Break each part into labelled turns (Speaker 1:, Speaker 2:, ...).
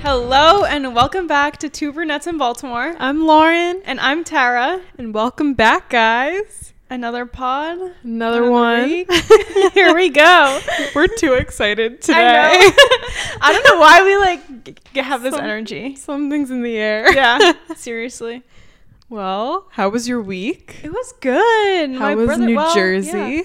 Speaker 1: Hello and welcome back to Two Brunettes in Baltimore.
Speaker 2: I'm Lauren,
Speaker 1: And I'm Tara.
Speaker 2: and welcome back, guys.
Speaker 1: Another pod.
Speaker 2: Another,
Speaker 1: Another
Speaker 2: one.
Speaker 1: week. Here we go.
Speaker 2: We're too excited today.
Speaker 1: I, know. I don't know why we like g- g- have this
Speaker 2: Some-
Speaker 1: energy.
Speaker 2: Something's in the air.
Speaker 1: Yeah, seriously.
Speaker 2: Well, how was your week?
Speaker 1: It was good.
Speaker 2: How
Speaker 1: My
Speaker 2: was
Speaker 1: brother-
Speaker 2: New
Speaker 1: well,
Speaker 2: Jersey?
Speaker 1: yeah.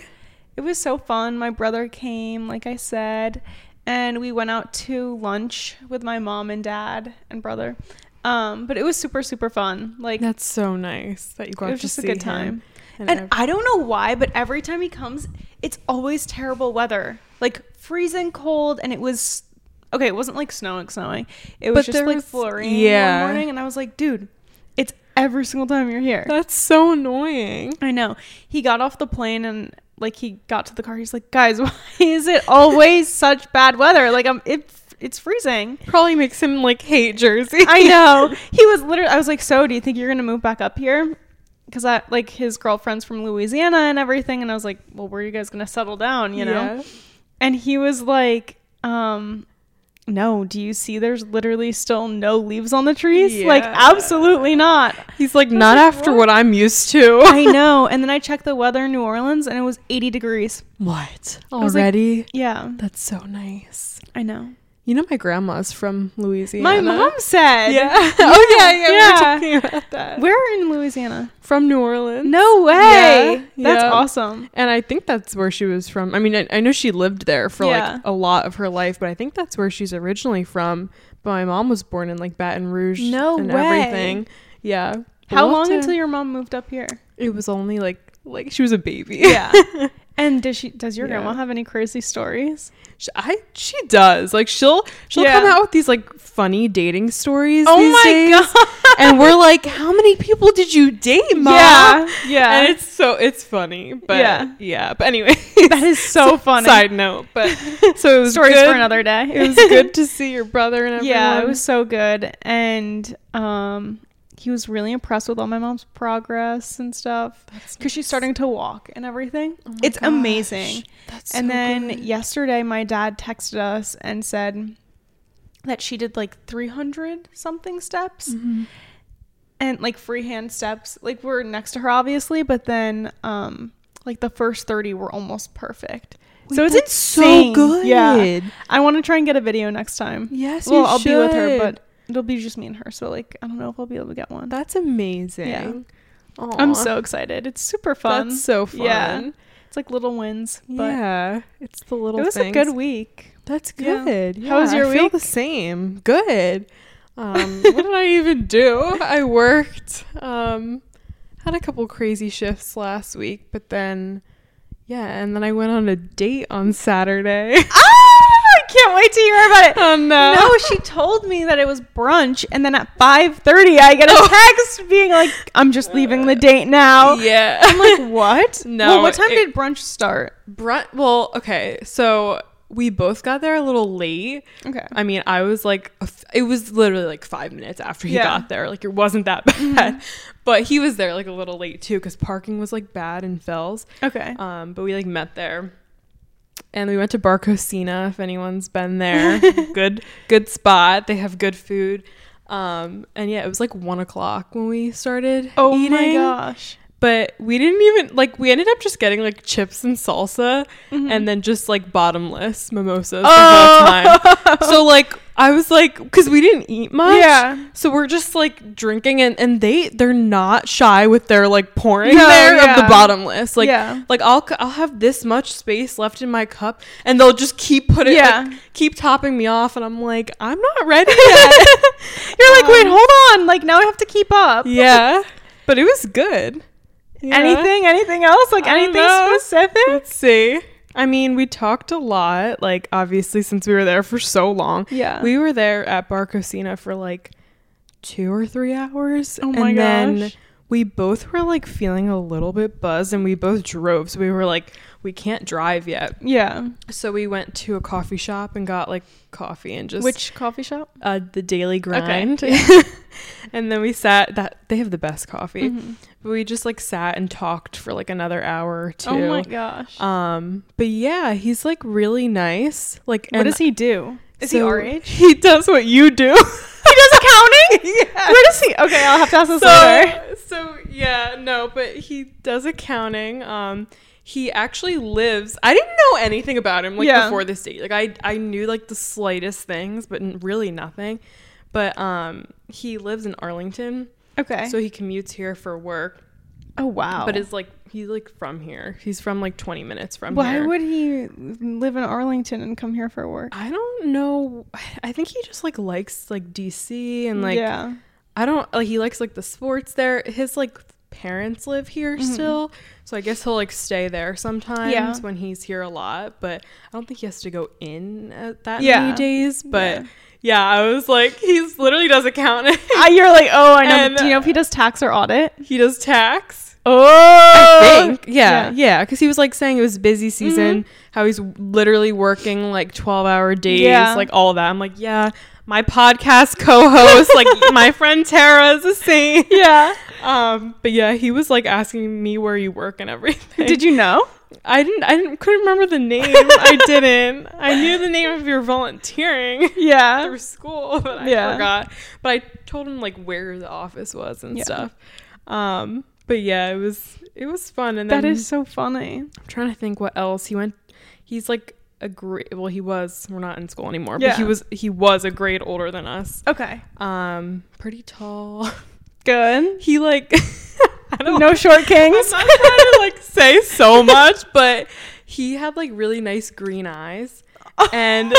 Speaker 1: It was so fun. My brother came, like I said, and we went out to lunch with my mom and dad and brother. Um, but it was super super fun. Like
Speaker 2: That's so nice that you got
Speaker 1: it was
Speaker 2: to
Speaker 1: just a
Speaker 2: see
Speaker 1: good
Speaker 2: him
Speaker 1: time.
Speaker 2: And,
Speaker 1: And
Speaker 2: ev-
Speaker 1: I don't know why, but every time he comes, it's always terrible weather, like freezing cold, and it was okay. It wasn't like snowing, snowing. It was
Speaker 2: But
Speaker 1: just
Speaker 2: there
Speaker 1: like
Speaker 2: was-
Speaker 1: flurrying
Speaker 2: yeah.
Speaker 1: one morning, and I was like, dude, it's every single time you're here.
Speaker 2: that's so annoying.
Speaker 1: I know. He got off the plane and like he got to the car. He's like, guys, why is it always such bad weather? Like I'm it, it's freezing.
Speaker 2: Probably makes him like hate Jersey.
Speaker 1: I know. He was literally. I was like, so do you think you're gonna move back up here? Because I like his girlfriend's from Louisiana and everything. And I was like, well, where are you guys gonna settle down? You know.
Speaker 2: Yeah.
Speaker 1: And he was like, um. No, do you see there's literally still no leaves on the trees? Like,
Speaker 2: Yeah.
Speaker 1: absolutely not.
Speaker 2: He's like, not
Speaker 1: like,
Speaker 2: after
Speaker 1: what?"
Speaker 2: what I'm used to.
Speaker 1: I know. And then I checked the weather in New Orleans and it was 80 degrees.
Speaker 2: what?
Speaker 1: was like-
Speaker 2: Already?
Speaker 1: Yeah,
Speaker 2: that's so nice.
Speaker 1: I know.
Speaker 2: You know, my grandma's from Louisiana.
Speaker 1: My mom said,
Speaker 2: Yeah. oh yeah, yeah.
Speaker 1: Yeah.
Speaker 2: We were talking about that.
Speaker 1: We're in Louisiana.
Speaker 2: from New Orleans.
Speaker 1: No way.
Speaker 2: Yeah,
Speaker 1: That's
Speaker 2: yeah.
Speaker 1: awesome.
Speaker 2: And I think that's where she was from. I mean, I, I know she lived there for
Speaker 1: Yeah.
Speaker 2: like a lot of her life, but I think that's where she's originally from. But my mom was born in like Baton Rouge
Speaker 1: No
Speaker 2: and
Speaker 1: way.
Speaker 2: everything. Yeah. But
Speaker 1: How
Speaker 2: we'll
Speaker 1: long
Speaker 2: have to-
Speaker 1: until your mom moved up here?
Speaker 2: it was only like like she was a baby.
Speaker 1: and does she does your
Speaker 2: Yeah.
Speaker 1: grandma have any crazy stories?
Speaker 2: She, I she does. Like she'll she'll
Speaker 1: Yeah.
Speaker 2: come out with these like funny dating stories.
Speaker 1: Oh
Speaker 2: these
Speaker 1: my
Speaker 2: days.
Speaker 1: God.
Speaker 2: And we're like, how many people did you date, mom?
Speaker 1: Yeah, yeah.
Speaker 2: And it's so it's funny, but
Speaker 1: Yeah.
Speaker 2: yeah, But anyway,
Speaker 1: That is so funny.
Speaker 2: Side note, but so it was
Speaker 1: stories
Speaker 2: good-
Speaker 1: for another day.
Speaker 2: It was good to see your brother and everyone.
Speaker 1: yeah, it was so good. And um he was really impressed with all my mom's progress and stuff
Speaker 2: That's
Speaker 1: because she's
Speaker 2: nice.
Speaker 1: starting to walk and everything.
Speaker 2: Oh my
Speaker 1: it's
Speaker 2: gosh.
Speaker 1: amazing.
Speaker 2: That's
Speaker 1: And
Speaker 2: so
Speaker 1: then
Speaker 2: good.
Speaker 1: yesterday, my dad texted us and said that she did like 300 something steps
Speaker 2: Mhm.
Speaker 1: and like freehand steps. Like we're next to her, obviously, but then um, like the first 30 were almost perfect. so
Speaker 2: Wait,
Speaker 1: it's
Speaker 2: that's
Speaker 1: insane.
Speaker 2: so good.
Speaker 1: Yeah. I want to try and get a video next time.
Speaker 2: Yes,
Speaker 1: well,
Speaker 2: you
Speaker 1: I'll be with her,
Speaker 2: should.
Speaker 1: but it'll be just me and her. So like, I don't know if I'll be able to get one.
Speaker 2: that's amazing. Aw.
Speaker 1: I'm so excited. It's super fun.
Speaker 2: That's so fun.
Speaker 1: Yeah. It's like little wins, but
Speaker 2: yeah, it's the little.
Speaker 1: it was
Speaker 2: things.
Speaker 1: a good week.
Speaker 2: That's
Speaker 1: Yeah.
Speaker 2: good.
Speaker 1: How was
Speaker 2: Yeah,
Speaker 1: your
Speaker 2: I feel
Speaker 1: week?
Speaker 2: the same. Good. Um, what did I even do? I worked. Um, had a couple crazy shifts last week, but then, yeah, and then I went on a date on Saturday.
Speaker 1: Ah, I can't wait to hear about it.
Speaker 2: oh no!
Speaker 1: No, she told me that it was brunch, and then at five thirty, I get
Speaker 2: Oh.
Speaker 1: a text being like, "I'm just leaving the date now."
Speaker 2: yeah.
Speaker 1: I'm like, "What?
Speaker 2: No,
Speaker 1: Well, what time
Speaker 2: it-
Speaker 1: did brunch start?
Speaker 2: Brunt. Well, okay. So we both got there a little late.
Speaker 1: Okay.
Speaker 2: I mean, I was like, a f- it was literally like five minutes after he
Speaker 1: Yeah. Mm-hmm.
Speaker 2: got there. Like, it wasn't that bad. But he was there like a little late too because parking was like bad in Fells.
Speaker 1: Okay.
Speaker 2: Um, but we like met there. And we went to Bar Cocina if anyone's been there. good good spot. They have good food. Um, and yeah, it was like one o'clock when we started.
Speaker 1: oh my
Speaker 2: eating
Speaker 1: gosh.
Speaker 2: but we didn't even like we ended up just getting like chips and salsa
Speaker 1: Mm-hmm.
Speaker 2: and then just like bottomless mimosas
Speaker 1: Oh.
Speaker 2: the whole time. so like I was like cuz we didn't eat much.
Speaker 1: Yeah.
Speaker 2: So we're just like drinking and and they they're not shy with their like pouring
Speaker 1: No,
Speaker 2: there of
Speaker 1: yeah.
Speaker 2: the bottomless. Like
Speaker 1: Yeah.
Speaker 2: like I'll c- I'll have this much space left in my cup and they'll just keep putting
Speaker 1: Yeah.
Speaker 2: like, keep topping me off and I'm like I'm not ready yet.
Speaker 1: You're like, wait, hold on. Like now I have to keep up.
Speaker 2: yeah. But it was good. Yeah.
Speaker 1: Anything? Anything else? Like
Speaker 2: I
Speaker 1: anything
Speaker 2: know.
Speaker 1: specific?
Speaker 2: Let's see. I mean, we talked a lot, like obviously since we were there for so long.
Speaker 1: Yeah.
Speaker 2: We were there at Bar Cocina for like two or three hours.
Speaker 1: Oh my
Speaker 2: and Then
Speaker 1: gosh.
Speaker 2: we both were like feeling a little bit buzzed and we both drove. So we were like, we can't drive yet.
Speaker 1: yeah.
Speaker 2: So we went to a coffee shop and got like coffee and just
Speaker 1: Which coffee shop?
Speaker 2: uh, the daily grind. and then we sat that they have the best coffee.
Speaker 1: Mm-hmm.
Speaker 2: But we just like sat and talked for like another hour or two.
Speaker 1: Oh my gosh.
Speaker 2: Um, but yeah, he's like really nice. Like,
Speaker 1: what does he do? Is he
Speaker 2: So
Speaker 1: our age?
Speaker 2: He does what you do.
Speaker 1: He does accounting?
Speaker 2: Yeah.
Speaker 1: Where does he? Okay, I'll have to ask this later.
Speaker 2: so, so yeah, no, but he does accounting. Um, he actually lives. I didn't know anything about him like
Speaker 1: Yeah.
Speaker 2: before this date. Like I, I knew like the slightest things, but n- really nothing. But um, he lives in Arlington,
Speaker 1: Okay.
Speaker 2: so he commutes here for work.
Speaker 1: oh wow.
Speaker 2: But is like he's like from here. He's from like twenty minutes from
Speaker 1: why
Speaker 2: here.
Speaker 1: would he live in Arlington and come here for work?
Speaker 2: I don't know. I think he just like likes like DC and like
Speaker 1: yeah.
Speaker 2: I don't like he likes like the sports there. His like parents live here still. So I guess he'll like stay there sometimes
Speaker 1: Mm-hmm. Yeah.
Speaker 2: when he's here a lot, but I don't think he has to go in at that
Speaker 1: Yeah.
Speaker 2: many days, but yeah. I was like he's literally does accounting.
Speaker 1: Ah, you're like, oh, I know.
Speaker 2: And- uh,
Speaker 1: Do you know if he does tax or audit?
Speaker 2: he does tax.
Speaker 1: Oh,
Speaker 2: I think. Yeah. Yeah, cuz he was like saying it was busy
Speaker 1: Mm-hmm.
Speaker 2: season, how he's literally working like 12-hour days,
Speaker 1: Yeah.
Speaker 2: like all that. I'm like, yeah, my podcast co-host, like my friend Tara is the same.
Speaker 1: yeah.
Speaker 2: Um, but yeah, he was like asking me where you work and everything.
Speaker 1: Did you know?
Speaker 2: I didn't. I didn't. Couldn't remember the name. I didn't. I knew the name of your volunteering
Speaker 1: Yeah.
Speaker 2: through school, but I
Speaker 1: Yeah.
Speaker 2: forgot. But I told him like where the office was and
Speaker 1: Yeah.
Speaker 2: stuff. Um, but yeah, it was it was fun. And
Speaker 1: That
Speaker 2: then
Speaker 1: is so funny.
Speaker 2: I'm trying to think what else he went. He's like a grade. Well, he was. We're not in school anymore. But he
Speaker 1: Yeah.
Speaker 2: was. He was a grade older than us.
Speaker 1: Okay.
Speaker 2: Um, pretty tall.
Speaker 1: Good.
Speaker 2: He like. I don't
Speaker 1: No short
Speaker 2: I'm
Speaker 1: kings.
Speaker 2: not trying to like say so much, but he had like really nice green eyes, and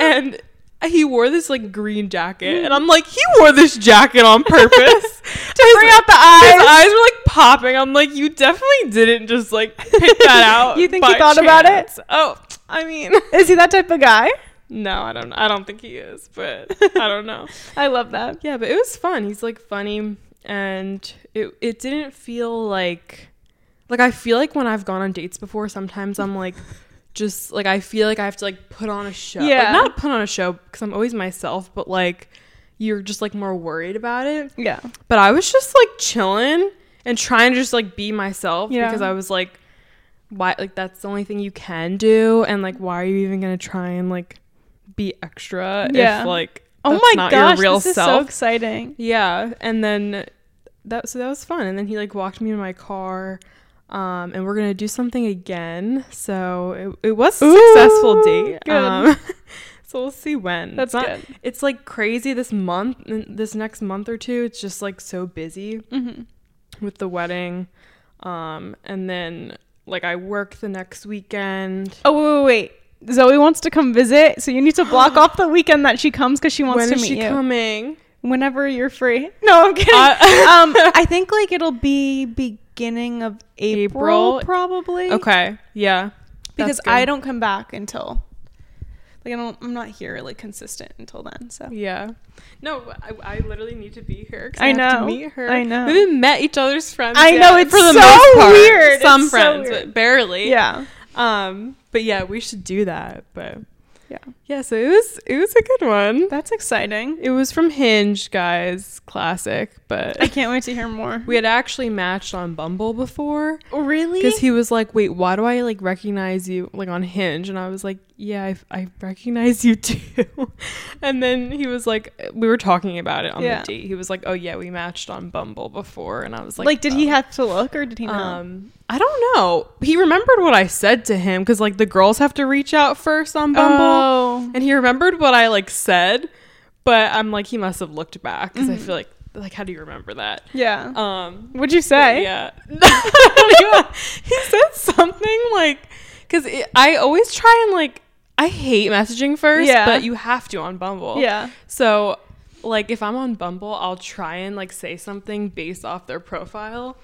Speaker 2: and he wore this like green jacket, and I'm like, he wore this jacket on purpose to
Speaker 1: bring out the
Speaker 2: His
Speaker 1: eyes.
Speaker 2: eyes were like popping. I'm like, you definitely didn't just like pick that out.
Speaker 1: You think he
Speaker 2: by
Speaker 1: thought about it?
Speaker 2: chance." Oh, I mean,
Speaker 1: Is he that type of guy?
Speaker 2: no, I don't. I don't think he is, but I don't know.
Speaker 1: I love that.
Speaker 2: Yeah, but it was fun. He's like funny and it it didn't feel like like I feel like when I've gone on dates before, sometimes I'm like just like I feel like I have to like put on a show. Like,
Speaker 1: Yeah.
Speaker 2: not put on a show because I'm always myself, but like you're just like more worried about it.
Speaker 1: Yeah.
Speaker 2: But I was just like chilling and trying to just like be myself
Speaker 1: Yeah.
Speaker 2: because I was like why like that's the only thing you can do and like why are you even going to try and like be extra
Speaker 1: Yeah.
Speaker 2: if like
Speaker 1: Oh
Speaker 2: that's
Speaker 1: my
Speaker 2: not
Speaker 1: gosh,
Speaker 2: your real
Speaker 1: this
Speaker 2: self
Speaker 1: is so exciting.
Speaker 2: yeah, and then that so that was fun. And then he like walked me to my car, um, and we're gonna do something again. So it, it was a successful
Speaker 1: Ooh,
Speaker 2: date.
Speaker 1: good.
Speaker 2: Um, so we'll see when.
Speaker 1: That's
Speaker 2: it's not,
Speaker 1: good.
Speaker 2: It's like crazy this month, n- this next month or two. It's just like so busy
Speaker 1: Mm-hmm.
Speaker 2: with the wedding, um, and then like I work the next weekend.
Speaker 1: Oh wait, wait, wait. Zoe wants to come visit, so you need to block off the weekend that she comes because she wants
Speaker 2: When
Speaker 1: to
Speaker 2: is
Speaker 1: meet
Speaker 2: she
Speaker 1: you.
Speaker 2: coming?
Speaker 1: Whenever you're free. No, I'm kidding.
Speaker 2: Uh,
Speaker 1: um, I think like it'll be beginning of April,
Speaker 2: April?
Speaker 1: probably.
Speaker 2: okay, yeah,
Speaker 1: Um, Because
Speaker 2: That's good.
Speaker 1: I don't come back until like I don't. I'm not here like consistent until then. So
Speaker 2: Yeah. No, I, I literally need to be here. 'cause
Speaker 1: I
Speaker 2: Have
Speaker 1: know.
Speaker 2: to meet her.
Speaker 1: I know.
Speaker 2: We haven't met each other's friends.
Speaker 1: I
Speaker 2: yet,
Speaker 1: know, it's so weird. It's
Speaker 2: Some
Speaker 1: so
Speaker 2: friends,
Speaker 1: weird.
Speaker 2: but barely.
Speaker 1: yeah,
Speaker 2: Um. But yeah, we should do that. But
Speaker 1: yeah.
Speaker 2: yeah, so it was it was a good one.
Speaker 1: That's exciting.
Speaker 2: It was from Hinge, guys. Classic.
Speaker 1: I
Speaker 2: But
Speaker 1: can't wait to hear more. Oh,
Speaker 2: we had actually matched on Bumble before.
Speaker 1: really?
Speaker 2: Because he was like, "Wait, why do I like recognize you like on Hinge?" And I was like, "Yeah, I, I recognize you too." and then he was like, "We were talking about it on
Speaker 1: Yeah.
Speaker 2: the date." He was like, "Oh yeah, we matched on Bumble before," and I was
Speaker 1: like,
Speaker 2: like,
Speaker 1: did he
Speaker 2: "Oh."
Speaker 1: have to look or did he not?
Speaker 2: Um, I don't know. He remembered what I said to him because like the girls have to reach out first on Bumble,
Speaker 1: Oh.
Speaker 2: and he remembered what I like said, but I'm like, he must have looked back because
Speaker 1: Mm-hmm.
Speaker 2: I feel like like how do you remember that?
Speaker 1: Yeah.
Speaker 2: Um,
Speaker 1: What'd you say?
Speaker 2: yeah. he said something like, because I always try and like, I hate messaging first,
Speaker 1: Yeah.
Speaker 2: but you have to on Bumble.
Speaker 1: Yeah.
Speaker 2: So, like, if I'm on Bumble, I'll try and like say something based off their profile.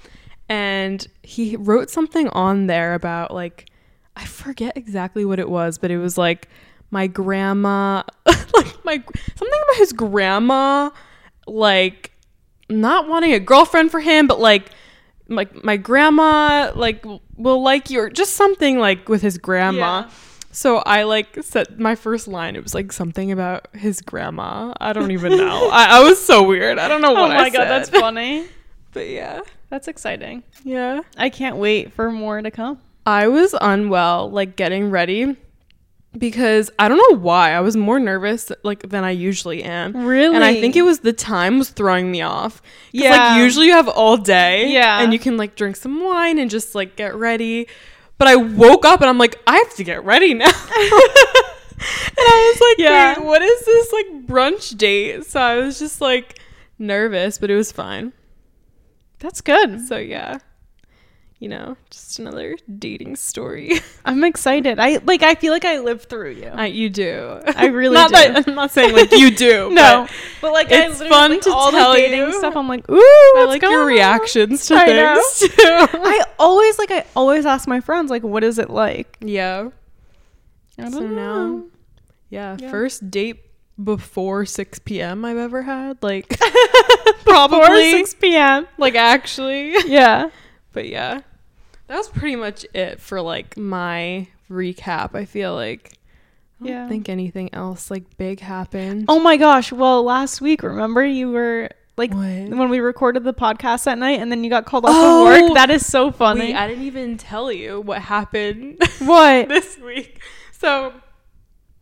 Speaker 2: And he wrote something on there about like, I forget exactly what it was, but it was like my grandma, like my something about his grandma, like not wanting a girlfriend for him, but like like my grandma like w- will like you or just something like with his grandma.
Speaker 1: Yeah.
Speaker 2: So I like said my first line. It was like something about his grandma. I don't even know. I, I was so weird. I don't know
Speaker 1: Oh
Speaker 2: what
Speaker 1: my
Speaker 2: I
Speaker 1: god, that's
Speaker 2: said.
Speaker 1: funny.
Speaker 2: But yeah,
Speaker 1: That's exciting.
Speaker 2: yeah.
Speaker 1: I can't wait for more to come.
Speaker 2: I was unwell, like getting ready. because I don't know why I was more nervous like than I usually am.
Speaker 1: Really?
Speaker 2: And I think it was the time was throwing me off. 'Cause,
Speaker 1: Yeah.
Speaker 2: Like usually you have all day.
Speaker 1: Yeah.
Speaker 2: And you can like drink some wine and just like get ready. But I woke up and I'm like, I have to get ready now. and I was like,
Speaker 1: Yeah.
Speaker 2: wait, what is this like brunch date? So I was just like nervous, but it was fine.
Speaker 1: That's good.
Speaker 2: So yeah. You know, just another dating story.
Speaker 1: I'm excited. I like I feel like I lived through you.
Speaker 2: Uh, you do.
Speaker 1: I really
Speaker 2: not
Speaker 1: do.
Speaker 2: That, I'm not saying like you do.
Speaker 1: no.
Speaker 2: but
Speaker 1: But like
Speaker 2: it's
Speaker 1: I literally,
Speaker 2: fun
Speaker 1: like,
Speaker 2: to
Speaker 1: all
Speaker 2: tell
Speaker 1: the dating
Speaker 2: you.
Speaker 1: stuff. I'm like, ooh, what's
Speaker 2: I like your
Speaker 1: going on?"
Speaker 2: reactions to
Speaker 1: I know.
Speaker 2: things. too.
Speaker 1: I always like I always ask my friends like what is it like?
Speaker 2: yeah.
Speaker 1: I don't
Speaker 2: So now,
Speaker 1: know.
Speaker 2: yeah,
Speaker 1: Yeah.
Speaker 2: first date before 6 p.m. I've ever had. Like,
Speaker 1: Before
Speaker 2: probably.
Speaker 1: 6 p.m.
Speaker 2: like, actually.
Speaker 1: Yeah.
Speaker 2: But yeah, that was pretty much it for like my recap. I feel like I don't
Speaker 1: Yeah.
Speaker 2: think anything else like big happened.
Speaker 1: Oh my gosh. Well, last week, remember you were like
Speaker 2: What?
Speaker 1: when we recorded the podcast that night and then you got called off
Speaker 2: Oh!
Speaker 1: of work. That is so funny.
Speaker 2: Wait, I didn't even tell you what happened
Speaker 1: what?
Speaker 2: this week. So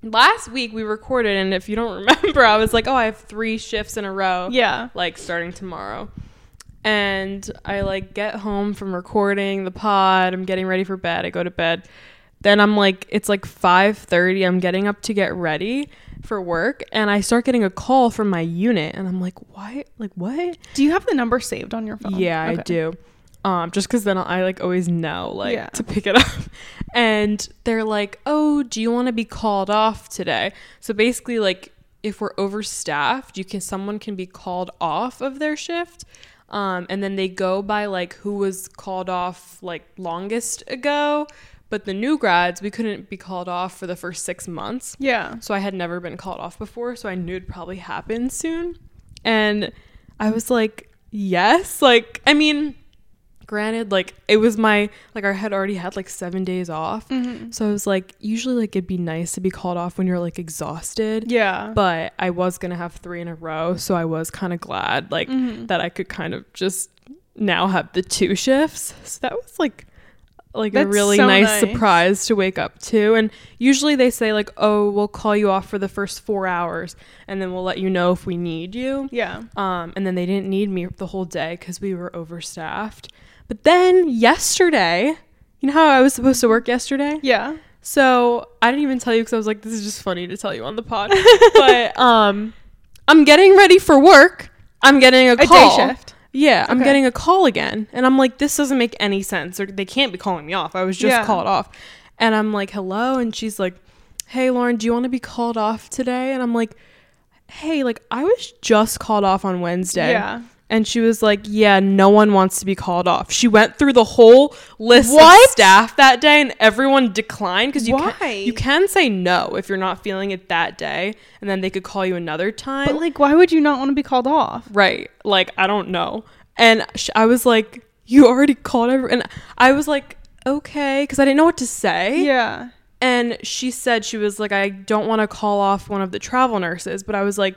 Speaker 2: last week we recorded, and if you don't remember, I was like, "Oh, I have three shifts in a row."
Speaker 1: Yeah.
Speaker 2: like starting tomorrow. And I like get home from recording the pod, I'm getting ready for bed, I go to bed. Then I'm like it's like 5:30, I'm getting up to get ready for work and I start getting a call from my unit and I'm like, "What? Like what?"
Speaker 1: Do you have the number saved on your phone?
Speaker 2: Yeah, I
Speaker 1: Okay.
Speaker 2: do. Um, just because then I like always know like
Speaker 1: Yeah.
Speaker 2: to pick it up, and they're like, "Oh, do you want to be called off today?" So basically, like if we're overstaffed, you can someone can be called off of their shift, um, and then they go by like who was called off like longest ago. But the new grads, we couldn't be called off for the first six months.
Speaker 1: Yeah.
Speaker 2: So I had never been called off before, so I knew it'd probably happen soon. And I was like, yes. Like, I mean, granted, like it was my like I had already had like seven days off. So I was like, usually like it'd be nice to be called off when you're like exhausted.
Speaker 1: Yeah.
Speaker 2: But I was gonna have three in a row, so I was kind of glad like that I could kind of just now have the two shifts. So that was like like a
Speaker 1: That's
Speaker 2: really
Speaker 1: so
Speaker 2: nice,
Speaker 1: nice.
Speaker 2: surprise to wake up to. And usually they say like, "Oh, we'll call you off for the first four hours, and then we'll let you know if we need you."
Speaker 1: yeah.
Speaker 2: Um, and then they didn't need me the whole day because we were overstaffed. But then yesterday, you know how I was supposed to work yesterday?
Speaker 1: Yeah.
Speaker 2: So I didn't even tell you because I was like, this is just funny to tell you on the pod. but um, I'm getting ready for work. I'm getting a
Speaker 1: A
Speaker 2: call.
Speaker 1: day shift.
Speaker 2: Yeah, I'm
Speaker 1: Okay.
Speaker 2: getting a call again, and I'm like, this doesn't make any sense. Or they can't be calling me off. I was just
Speaker 1: Yeah.
Speaker 2: called off, and I'm like, hello, and she's like, hey, Lauren, do you want to be called off today? And I'm like, hey, like I was just called off on Wednesday.
Speaker 1: Yeah.
Speaker 2: And she was like, Yeah, no one wants to be called off. She went through the whole list
Speaker 1: What?
Speaker 2: of staff that day and everyone declined because you,
Speaker 1: Why?
Speaker 2: Can, you can say no if you're not feeling it that day and then they could call you another time.
Speaker 1: But like, why would you not want to be called off?
Speaker 2: right. Like, I don't know. And sh- I was like, You already called everyone. And I was like, Okay, because I didn't know what to say.
Speaker 1: Yeah.
Speaker 2: And she said she was like, I don't want to call off one of the travel nurses, but I was like,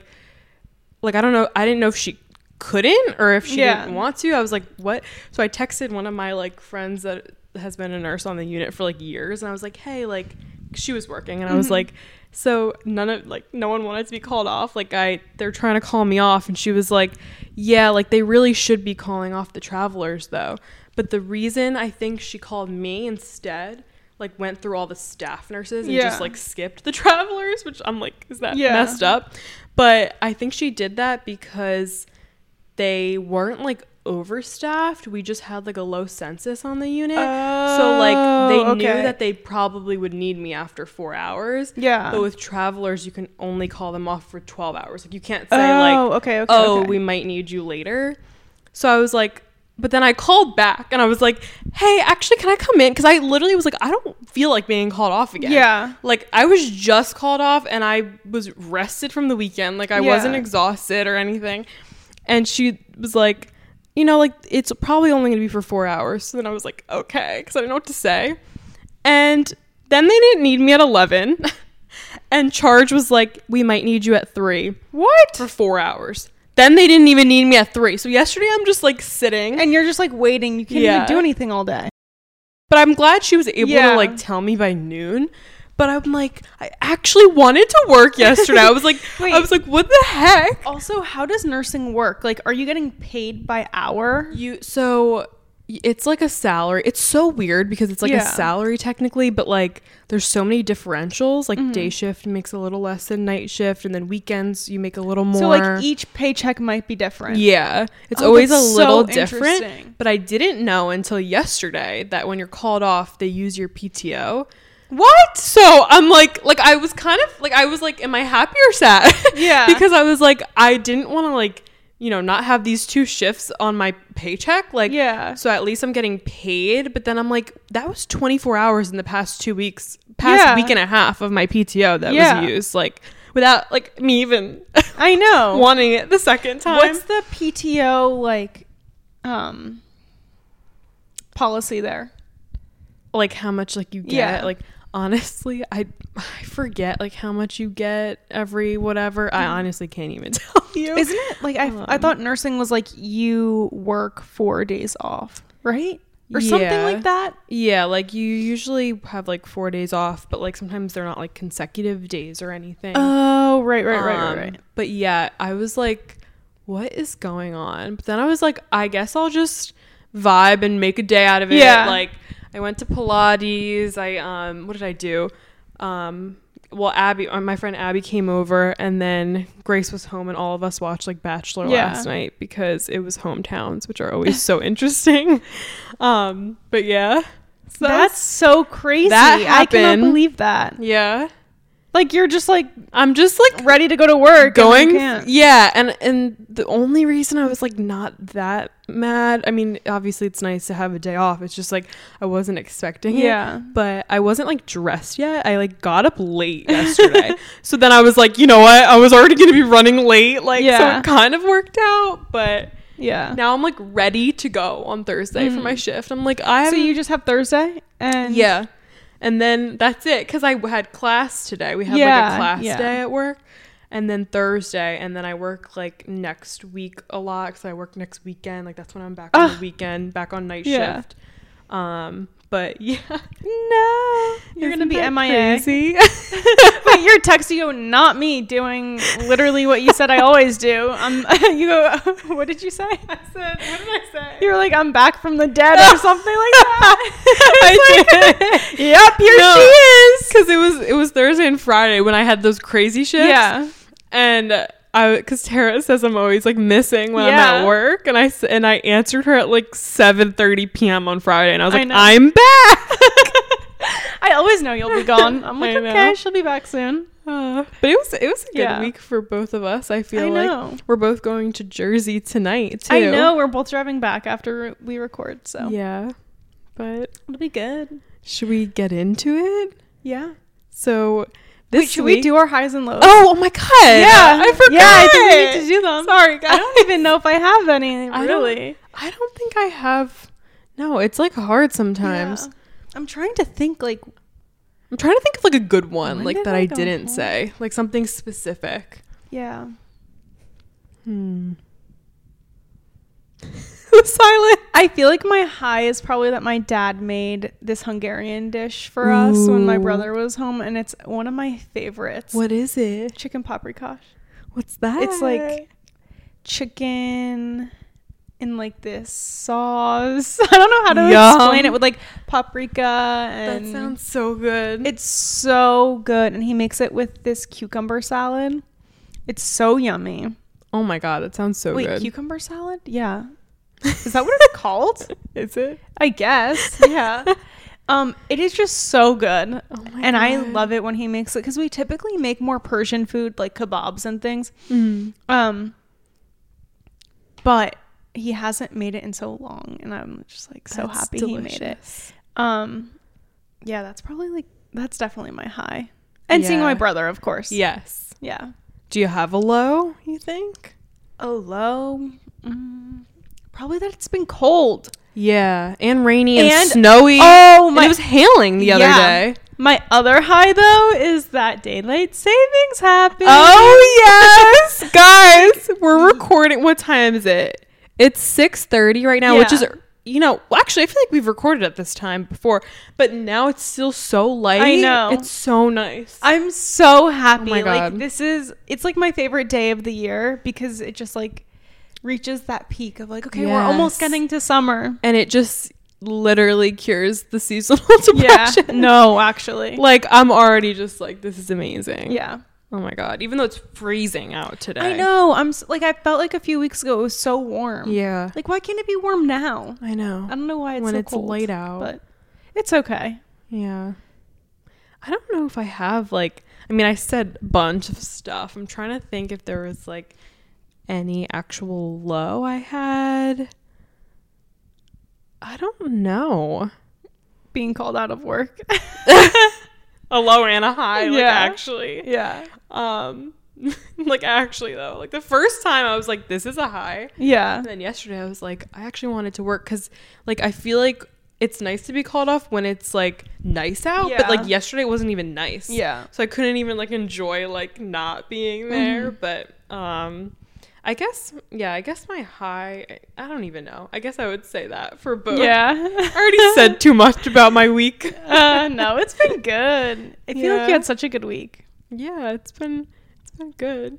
Speaker 2: like I don't know, I didn't know if she couldn't or if she
Speaker 1: Yeah.
Speaker 2: didn't want to. I was like, what? So I texted one of my like friends that has been a nurse on the unit for like years, and I was like, hey, like she was working, and I
Speaker 1: Mm-hmm.
Speaker 2: was like, so none of like no one wanted to be called off. Like I, they're trying to call me off, and she was like, yeah, like they really should be calling off the travelers though. But the reason I think she called me instead. Like went through all the staff nurses and
Speaker 1: Yeah.
Speaker 2: just like skipped the travelers, which I'm like, is that
Speaker 1: Yeah.
Speaker 2: messed up? But I think she did that because they weren't like overstaffed. We just had like a low census on the unit. so like they
Speaker 1: Oh,
Speaker 2: knew
Speaker 1: okay.
Speaker 2: that they probably would need me after 4 hours.
Speaker 1: Yeah.
Speaker 2: But with travelers you can only call them off for 12 hours. Like you can't say
Speaker 1: Oh,
Speaker 2: like
Speaker 1: okay, okay,
Speaker 2: oh,
Speaker 1: okay."
Speaker 2: we might need you later. So I was like but then I called back and I was like, "Hey, actually, can I come in?" Because I literally was like, "I don't feel like being called off again."
Speaker 1: Yeah.
Speaker 2: like I was just called off and I was rested from the weekend. Like I
Speaker 1: Yeah.
Speaker 2: wasn't exhausted or anything. And she was like, you know, like it's probably only gonna be for four hours. So then I was like, okay, because I didn't know what to say. And then they didn't need me at eleven. and Charge was like, we might need you at three
Speaker 1: What?
Speaker 2: for four hours. Then they didn't even need me at three. So yesterday I'm just like sitting.
Speaker 1: And you're just like waiting. You can't
Speaker 2: Yeah.
Speaker 1: even do anything all day.
Speaker 2: But I'm glad she was able
Speaker 1: Yeah.
Speaker 2: to like tell me by noon. But I'm like, I actually wanted to work yesterday. I was like,
Speaker 1: Wait.
Speaker 2: I was like, what the heck?
Speaker 1: Also, how does nursing work? Like, are you getting paid by hour?
Speaker 2: You so y- it's like a salary. It's so weird because it's like
Speaker 1: Yeah.
Speaker 2: a salary technically, but like there's so many differentials. Like day shift makes a little less than night shift, and then weekends you make a little more.
Speaker 1: So like each paycheck might be different.
Speaker 2: yeah, it's
Speaker 1: Oh,
Speaker 2: always a
Speaker 1: that's so
Speaker 2: little different.
Speaker 1: interesting.
Speaker 2: But I didn't know until yesterday that when you're called off, they use your PTO.
Speaker 1: What?
Speaker 2: So I'm like, like I was kind of like I was like, am I happy or sad?
Speaker 1: Yeah.
Speaker 2: because I was like, I didn't want to like, you know, not have these two shifts on my paycheck. Like,
Speaker 1: Yeah.
Speaker 2: So at least I'm getting paid. But then I'm like, that was 24 hours in the past two weeks, past
Speaker 1: Yeah.
Speaker 2: week and a half of my PTO that
Speaker 1: Yeah.
Speaker 2: was used, like without like me even
Speaker 1: I know.
Speaker 2: wanting it the second time.
Speaker 1: What's the PTO like um policy there?
Speaker 2: like how much like you get
Speaker 1: Yeah.
Speaker 2: like honestly i i forget like how much you get every whatever i honestly can't even tell you
Speaker 1: Mm-hmm. Isn't it like I I
Speaker 2: Um,
Speaker 1: thought nursing was like you work 4 days off, right? Or something
Speaker 2: Yeah.
Speaker 1: like that.
Speaker 2: yeah like you usually have like four days off but like sometimes they're not like consecutive days or anything
Speaker 1: Oh, right, right, right, right,
Speaker 2: Um,
Speaker 1: right.
Speaker 2: but yeah i was like what is going on but then i was like i guess i'll just vibe and make a day out of it
Speaker 1: Yeah.
Speaker 2: like i went to pilates i um what did i do um well abby uh, my friend abby came over and then grace was home and all of us watched like bachelor
Speaker 1: Yeah.
Speaker 2: last night because it was hometowns which are always so interesting um but yeah so
Speaker 1: That's so crazy.
Speaker 2: That
Speaker 1: I cannot
Speaker 2: happened.
Speaker 1: believe that.
Speaker 2: yeah
Speaker 1: Like you're just like
Speaker 2: i'm just like
Speaker 1: ready to go to work.
Speaker 2: going
Speaker 1: And you
Speaker 2: yeah and and the only reason i was like not that mad i mean obviously it's nice to have a day off it's just like i wasn't expecting
Speaker 1: can't.
Speaker 2: it
Speaker 1: Yeah.
Speaker 2: but i wasn't like dressed yet i like got up late yesterday so then i was like you know what i was already gonna be running late like so
Speaker 1: Yeah.
Speaker 2: it kind of worked out but
Speaker 1: Yeah.
Speaker 2: now i'm like ready to go on thursday for my shift i'm like
Speaker 1: Mm. so
Speaker 2: i haven't
Speaker 1: you just have Thursday and
Speaker 2: yeah. And then that's it because I had class today. We had like
Speaker 1: Yeah,
Speaker 2: a class
Speaker 1: yeah.
Speaker 2: day at work. And then Thursday, and then I work like next week a lot because I work next weekend. Like that's when I'm back on
Speaker 1: Ugh.
Speaker 2: the weekend, back on night
Speaker 1: Yeah.
Speaker 2: shift. Um, but yeah,
Speaker 1: No. You're going to be
Speaker 2: Isn't that
Speaker 1: MIA.
Speaker 2: crazy?
Speaker 1: But you're texting you, not me, doing literally what you said I always do. Um, you go, what did you say? I said,
Speaker 2: what did I say?
Speaker 1: you were like, I'm back from the dead or something like that.
Speaker 2: I did.
Speaker 1: yep, here
Speaker 2: No.
Speaker 1: she is.
Speaker 2: Because it was it was Thursday and Friday when I had those crazy shifts.
Speaker 1: Yeah.
Speaker 2: and I because Tara says I'm always like missing when I'm
Speaker 1: Yeah.
Speaker 2: at work, and I s- and I answered her at like 7:30 p.m. on Friday, and I was
Speaker 1: I
Speaker 2: like,
Speaker 1: know.
Speaker 2: I'm back.
Speaker 1: I always know you'll be gone. I'm like,
Speaker 2: I know.
Speaker 1: okay, she'll be back soon.
Speaker 2: Uh, but it was it was a good
Speaker 1: Ah. Yeah.
Speaker 2: week for both of us. I feel
Speaker 1: I know.
Speaker 2: like we're both going to Jersey tonight too.
Speaker 1: I know we're both driving back after we record, so
Speaker 2: Yeah, but
Speaker 1: it'll be good.
Speaker 2: should we get into it?
Speaker 1: Yeah.
Speaker 2: So this
Speaker 1: Wait, should
Speaker 2: week-
Speaker 1: we do our highs and lows?
Speaker 2: Oh, oh my god!
Speaker 1: yeah,
Speaker 2: I forgot.
Speaker 1: Yeah, I think we need to do them.
Speaker 2: Sorry, guys.
Speaker 1: I don't even know if I have any
Speaker 2: I don't-
Speaker 1: really.
Speaker 2: I don't think I have. No, it's like hard sometimes.
Speaker 1: Yeah. I'm trying to think like
Speaker 2: I'm trying to think of like a good one,
Speaker 1: When
Speaker 2: like
Speaker 1: did
Speaker 2: that
Speaker 1: I
Speaker 2: I
Speaker 1: go
Speaker 2: didn't
Speaker 1: home?
Speaker 2: say, like something specific.
Speaker 1: yeah.
Speaker 2: Hmm. the silent.
Speaker 1: I feel like my high is probably that my dad made this Hungarian dish for us when my
Speaker 2: Ooh.
Speaker 1: brother was home and it's one of my favorites.
Speaker 2: What is it?
Speaker 1: Chicken paprikash.
Speaker 2: What's that?
Speaker 1: It's like chicken in like this sauce. I don't know how to
Speaker 2: Yum.
Speaker 1: explain it with like paprika and
Speaker 2: that sounds so good.
Speaker 1: It's so good. And he makes it with this cucumber salad. It's so yummy.
Speaker 2: oh my god, that sounds so
Speaker 1: Wait,
Speaker 2: good.
Speaker 1: cucumber salad? Yeah. Is that what it's called?
Speaker 2: is it?
Speaker 1: I guess. Yeah. um, it is just so good.
Speaker 2: Oh my
Speaker 1: and I
Speaker 2: God.
Speaker 1: love it when he makes it because we typically make more Persian food like kebabs and things.
Speaker 2: Mm.
Speaker 1: Um, but he hasn't made it in so long, and I'm just like so
Speaker 2: That's
Speaker 1: happy he made it.
Speaker 2: delicious.
Speaker 1: Um, yeah, that's probably like that's definitely my high, and seeing my
Speaker 2: Yeah.
Speaker 1: brother, of course.
Speaker 2: Yes.
Speaker 1: yeah.
Speaker 2: Do you have a low? You think?
Speaker 1: Oh, low. Mm, probably that it's been cold.
Speaker 2: Yeah, and rainy and,
Speaker 1: And-
Speaker 2: snowy.
Speaker 1: Oh
Speaker 2: And
Speaker 1: my!
Speaker 2: it was hailing the other
Speaker 1: Yeah.
Speaker 2: day.
Speaker 1: my other high though is that daylight savings happened.
Speaker 2: Oh yes, guys, we're recording. What time is it? It's six thirty right now, which
Speaker 1: Yeah.
Speaker 2: is you know, well, actually, I feel like we've recorded at this time before, but now it's still so light.
Speaker 1: I know.
Speaker 2: It's so nice.
Speaker 1: I'm so happy.
Speaker 2: my God.
Speaker 1: Like this is it's like my favorite day of the year because it just like reaches that peak of like, okay, we're almost
Speaker 2: Yes.
Speaker 1: getting to summer.
Speaker 2: and it just literally cures the seasonal depression.
Speaker 1: No, actually.
Speaker 2: Like, I'm already just like, this is amazing.
Speaker 1: yeah.
Speaker 2: Oh my God. Even though it's freezing out today.
Speaker 1: I know. I'm s- like I felt like a few weeks ago it was so warm.
Speaker 2: Yeah.
Speaker 1: Like why can't it be warm now?
Speaker 2: I know.
Speaker 1: I don't know why it's
Speaker 2: when
Speaker 1: so
Speaker 2: it's
Speaker 1: cold,
Speaker 2: light out.
Speaker 1: but it's okay.
Speaker 2: Yeah. I don't know if I have like I mean I said a bunch of stuff. I'm trying to think if there was like any actual low I had. I don't know.
Speaker 1: Being called out of work.
Speaker 2: A low and a high, like
Speaker 1: Yeah.
Speaker 2: actually.
Speaker 1: yeah.
Speaker 2: Um like actually though. Like the first time I was like this is a high.
Speaker 1: Yeah.
Speaker 2: And then yesterday I was like, I actually wanted to work because, like, I feel like it's nice to be called off when it's like nice out, but
Speaker 1: Yeah.
Speaker 2: like yesterday wasn't even nice.
Speaker 1: Yeah.
Speaker 2: So I couldn't even like enjoy like not being there.
Speaker 1: Mm-hmm.
Speaker 2: But um, I guess yeah, I guess my high. I don't even know. I guess I would say that for both.
Speaker 1: Yeah.
Speaker 2: I already said too much about my week.
Speaker 1: uh, no, it's been good. I feel like
Speaker 2: Yeah.
Speaker 1: you had such a good week.
Speaker 2: Yeah, it's been it's been good.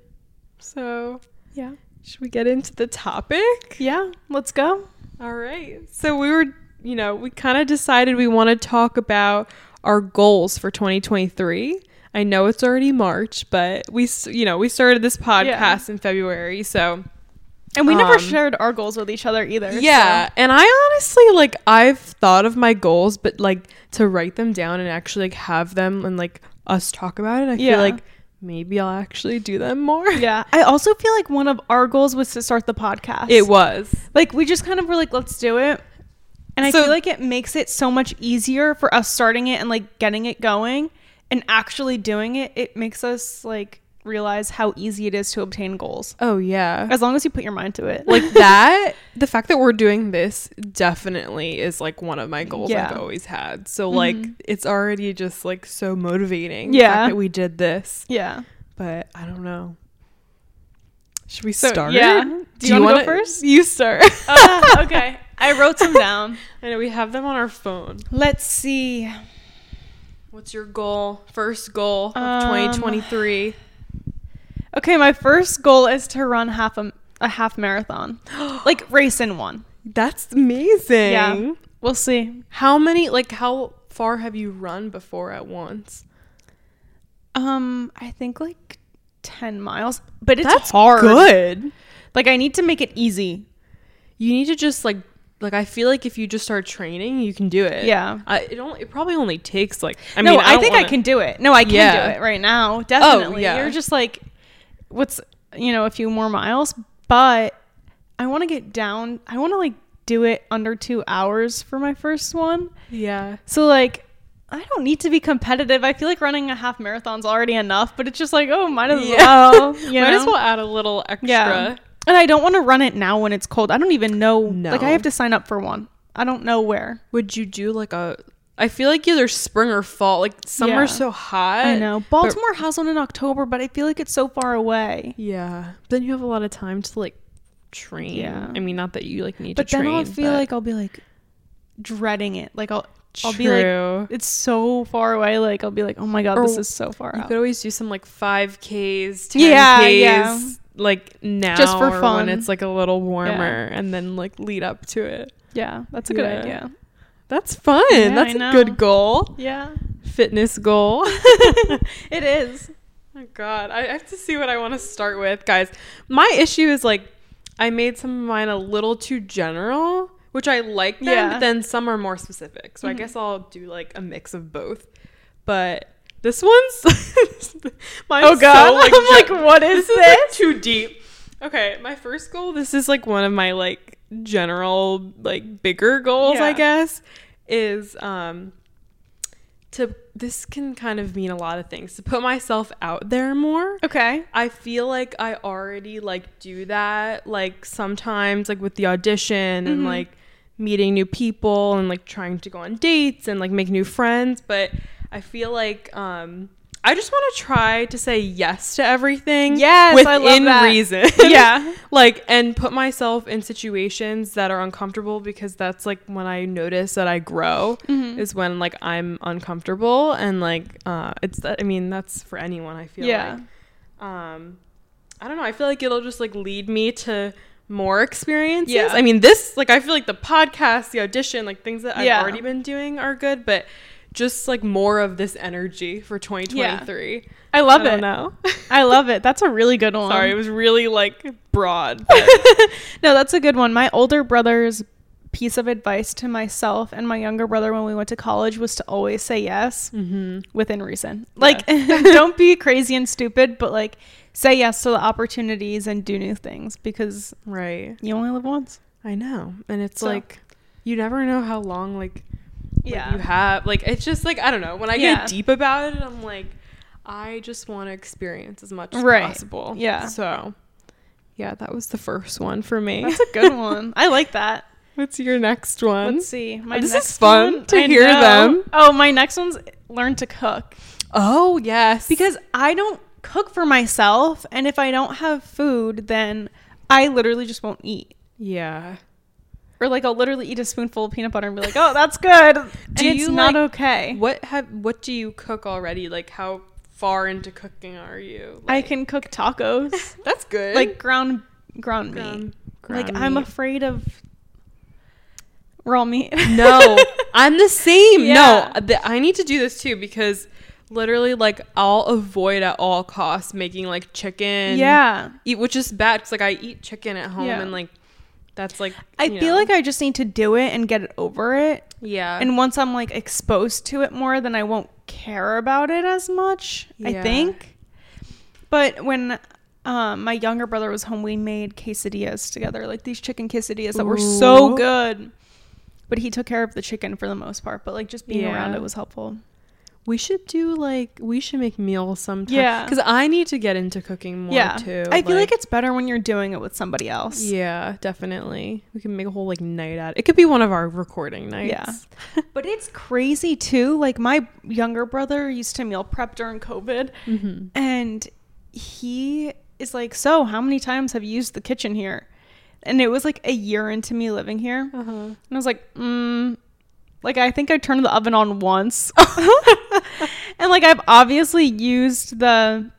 Speaker 2: So
Speaker 1: Yeah.
Speaker 2: should we get into the topic?
Speaker 1: Yeah. Let's go.
Speaker 2: All right. So we were, you know, we kind of decided we want to talk about our goals for 2023. I know it's already March, but we, s- you know, we started this podcast in February, so
Speaker 1: And we never
Speaker 2: Um,
Speaker 1: shared our goals with each other either.
Speaker 2: yeah. And I honestly like I've thought of my goals, but like to write them down and actually like have them and like us talk about it. I
Speaker 1: Yeah.
Speaker 2: feel like maybe I'll actually do them more.
Speaker 1: so- Yeah. I also feel like one of our goals was to start the podcast.
Speaker 2: It was.
Speaker 1: like we just kind of were like, let's do it. And I
Speaker 2: So-
Speaker 1: feel like it makes it so much easier for us starting it and like getting it going and actually doing it. It makes us like realize how easy it is to obtain goals
Speaker 2: Oh yeah.
Speaker 1: as long as you put your mind to it.
Speaker 2: like that the fact that we're doing this definitely is like one of my goals
Speaker 1: Yeah. Mm-hmm.
Speaker 2: i've always had so like it's already just like so motivating the
Speaker 1: Yeah.
Speaker 2: fact that we did this
Speaker 1: yeah.
Speaker 2: but i don't know should we
Speaker 1: So,
Speaker 2: start
Speaker 1: yeah. Do you wanna go first?
Speaker 2: you start
Speaker 1: Uh, okay. I wrote some down.
Speaker 2: i know we have them on our phone
Speaker 1: Let's see.
Speaker 2: what's your goal first goal of
Speaker 1: Um,
Speaker 2: 2023
Speaker 1: Okay, my first goal is to run half a, a half marathon, like race in one.
Speaker 2: that's amazing
Speaker 1: Yeah, we'll see.
Speaker 2: how many like how far have you run before at once
Speaker 1: Um, I think like ten miles, but it's
Speaker 2: That's
Speaker 1: hard.
Speaker 2: good
Speaker 1: Like I need to make it easy.
Speaker 2: you need to just like like I feel like if you just start training, you can do it.
Speaker 1: Yeah.
Speaker 2: I, it only it probably only takes like I
Speaker 1: no,
Speaker 2: mean
Speaker 1: I,
Speaker 2: don't
Speaker 1: think I
Speaker 2: wanna-
Speaker 1: can do it. No, I can
Speaker 2: Yeah. Oh,
Speaker 1: do it right now. Definitely.
Speaker 2: yeah.
Speaker 1: You're just like, what's you know a few more miles, but I want to get down. I want to like do it under two hours for my first one.
Speaker 2: Yeah,
Speaker 1: So like I don't need to be competitive. I feel like running a half marathon's already enough, but it's just like, oh, might as well. You
Speaker 2: might as
Speaker 1: know?
Speaker 2: well add a little extra.
Speaker 1: Yeah. And I don't want to run it now when it's cold. I don't even know. Like I
Speaker 2: No.
Speaker 1: have to sign up for one. I don't know where.
Speaker 2: Would you do like a? I feel like either spring or fall. Like
Speaker 1: Yeah.
Speaker 2: summer's so hot.
Speaker 1: I know.
Speaker 2: but-
Speaker 1: Baltimore has one in October, but I feel like it's so far away.
Speaker 2: yeah. Then you have a lot of time to like train.
Speaker 1: Yeah.
Speaker 2: I mean, not that you like need
Speaker 1: But
Speaker 2: to
Speaker 1: then
Speaker 2: train.
Speaker 1: I'll feel
Speaker 2: but-
Speaker 1: like I'll be like dreading it. Like I'll I'll be like
Speaker 2: True.
Speaker 1: it's so far away. Like I'll be like, oh my god,
Speaker 2: Or
Speaker 1: this is so far
Speaker 2: you
Speaker 1: out.
Speaker 2: could always do some like five Ks, ten
Speaker 1: Yeah,
Speaker 2: Ks,
Speaker 1: yeah.
Speaker 2: like now
Speaker 1: Just for
Speaker 2: or
Speaker 1: fun.
Speaker 2: when it's like a little warmer, and then like lead up to it.
Speaker 1: yeah, that's a good
Speaker 2: Yeah.
Speaker 1: idea.
Speaker 2: That's fun.
Speaker 1: Yeah,
Speaker 2: That's
Speaker 1: I
Speaker 2: a
Speaker 1: know.
Speaker 2: good goal.
Speaker 1: Yeah,
Speaker 2: Fitness goal.
Speaker 1: it is.
Speaker 2: oh God, I have to see what I want to start with, guys. My issue is like, I made some of mine a little too general, which I like them,
Speaker 1: Yeah. Mm-hmm.
Speaker 2: but then some are more specific. So I guess I'll do like a mix of both. But this one's mine's
Speaker 1: Oh god,
Speaker 2: so, like,
Speaker 1: I'm like,
Speaker 2: gen-
Speaker 1: what is
Speaker 2: this
Speaker 1: this?
Speaker 2: is like, too deep. Okay, my first goal. This is like one of my like general like bigger goals, I
Speaker 1: Yeah.
Speaker 2: guess, is um to this can kind of mean a lot of things. To put myself out there more.
Speaker 1: okay.
Speaker 2: I feel like I already like do that like sometimes like with the audition
Speaker 1: Mm-hmm.
Speaker 2: and like meeting new people and like trying to go on dates and like make new friends, but I feel like um I just want to try to say yes to everything.
Speaker 1: Yes,
Speaker 2: within
Speaker 1: I love that.
Speaker 2: reason.
Speaker 1: Yeah.
Speaker 2: like and put myself in situations that are uncomfortable because that's like when I notice that I grow
Speaker 1: Mm-hmm.
Speaker 2: is when like I'm uncomfortable and like uh it's that I mean that's for anyone I feel
Speaker 1: Yeah.
Speaker 2: like. Um I don't know, I feel like it'll just like lead me to more experiences.
Speaker 1: Yeah.
Speaker 2: I mean this like I feel like the podcast, the audition, like things that I've
Speaker 1: Yeah.
Speaker 2: already been doing are good, but just like more of this energy for 2023.
Speaker 1: I love
Speaker 2: I don't
Speaker 1: it. Um,
Speaker 2: know.
Speaker 1: I love it. That's a really good one.
Speaker 2: Sorry, it was really like broad.
Speaker 1: No, that's a good one. My older brother's piece of advice to myself and my younger brother when we went to college was to always say yes
Speaker 2: Mm-hmm.
Speaker 1: within reason. Like, don't be crazy and stupid, but like, say yes to the opportunities and do new things because
Speaker 2: right.
Speaker 1: you only live once.
Speaker 2: I know. And it's
Speaker 1: So-
Speaker 2: like you never know how long like, like,
Speaker 1: Yeah.
Speaker 2: you have like it's just like I don't know. When I
Speaker 1: Yeah.
Speaker 2: get deep about it, I'm like I just want to experience as much as
Speaker 1: Right.
Speaker 2: possible.
Speaker 1: Yeah.
Speaker 2: So yeah, that was the first one for me.
Speaker 1: That's a good one. I like that.
Speaker 2: What's your next one?
Speaker 1: Let's see. My
Speaker 2: This is
Speaker 1: next
Speaker 2: fun
Speaker 1: one-
Speaker 2: to
Speaker 1: I
Speaker 2: hear
Speaker 1: know.
Speaker 2: them.
Speaker 1: Oh, my next one's learn to cook.
Speaker 2: oh yes.
Speaker 1: because I don't cook for myself, and if I don't have food, then I literally just won't eat.
Speaker 2: yeah.
Speaker 1: Or like I'll literally eat a spoonful of peanut butter and be like, "Oh, that's good," and
Speaker 2: Do
Speaker 1: it's
Speaker 2: you,
Speaker 1: not
Speaker 2: like,
Speaker 1: okay.
Speaker 2: What have what do you cook already? Like how far into cooking are you?
Speaker 1: I can cook tacos,
Speaker 2: That's good.
Speaker 1: like ground ground, meat. like I'm afraid of raw meat.
Speaker 2: no, I'm the same.
Speaker 1: Yeah.
Speaker 2: No, th- I need to do this too because literally, like, I'll avoid at all costs making like chicken.
Speaker 1: yeah.
Speaker 2: eat, which is bad because like I eat chicken at home
Speaker 1: Yeah.
Speaker 2: and like that's like
Speaker 1: I
Speaker 2: you
Speaker 1: feel
Speaker 2: know.
Speaker 1: like I just need to do it and get it over it.
Speaker 2: yeah
Speaker 1: And once I'm like exposed to it more, then I won't care about it as much, I
Speaker 2: Yeah.
Speaker 1: think. But when um, my younger brother was home, we made quesadillas together, like these chicken quesadillas that were so
Speaker 2: Ooh.
Speaker 1: good. But he took care of the chicken for the most part, but like just being around
Speaker 2: Yeah.
Speaker 1: it was helpful.
Speaker 2: we should do like we should make meals sometime.
Speaker 1: Yeah.
Speaker 2: because I need to get into cooking more
Speaker 1: yeah.
Speaker 2: too.
Speaker 1: I feel like, it's better when you're doing it with somebody else.
Speaker 2: yeah, definitely. We can make a whole like night out. It could be one of our recording nights.
Speaker 1: Yeah. But it's crazy too. Like my younger brother used to meal prep during COVID, and he is like, "So, how many times have you used the kitchen here?" And it was like a year into me living here, and
Speaker 2: Uh-huh.
Speaker 1: I was like, mm, "Like I think I turned the oven on once, and like I've obviously used the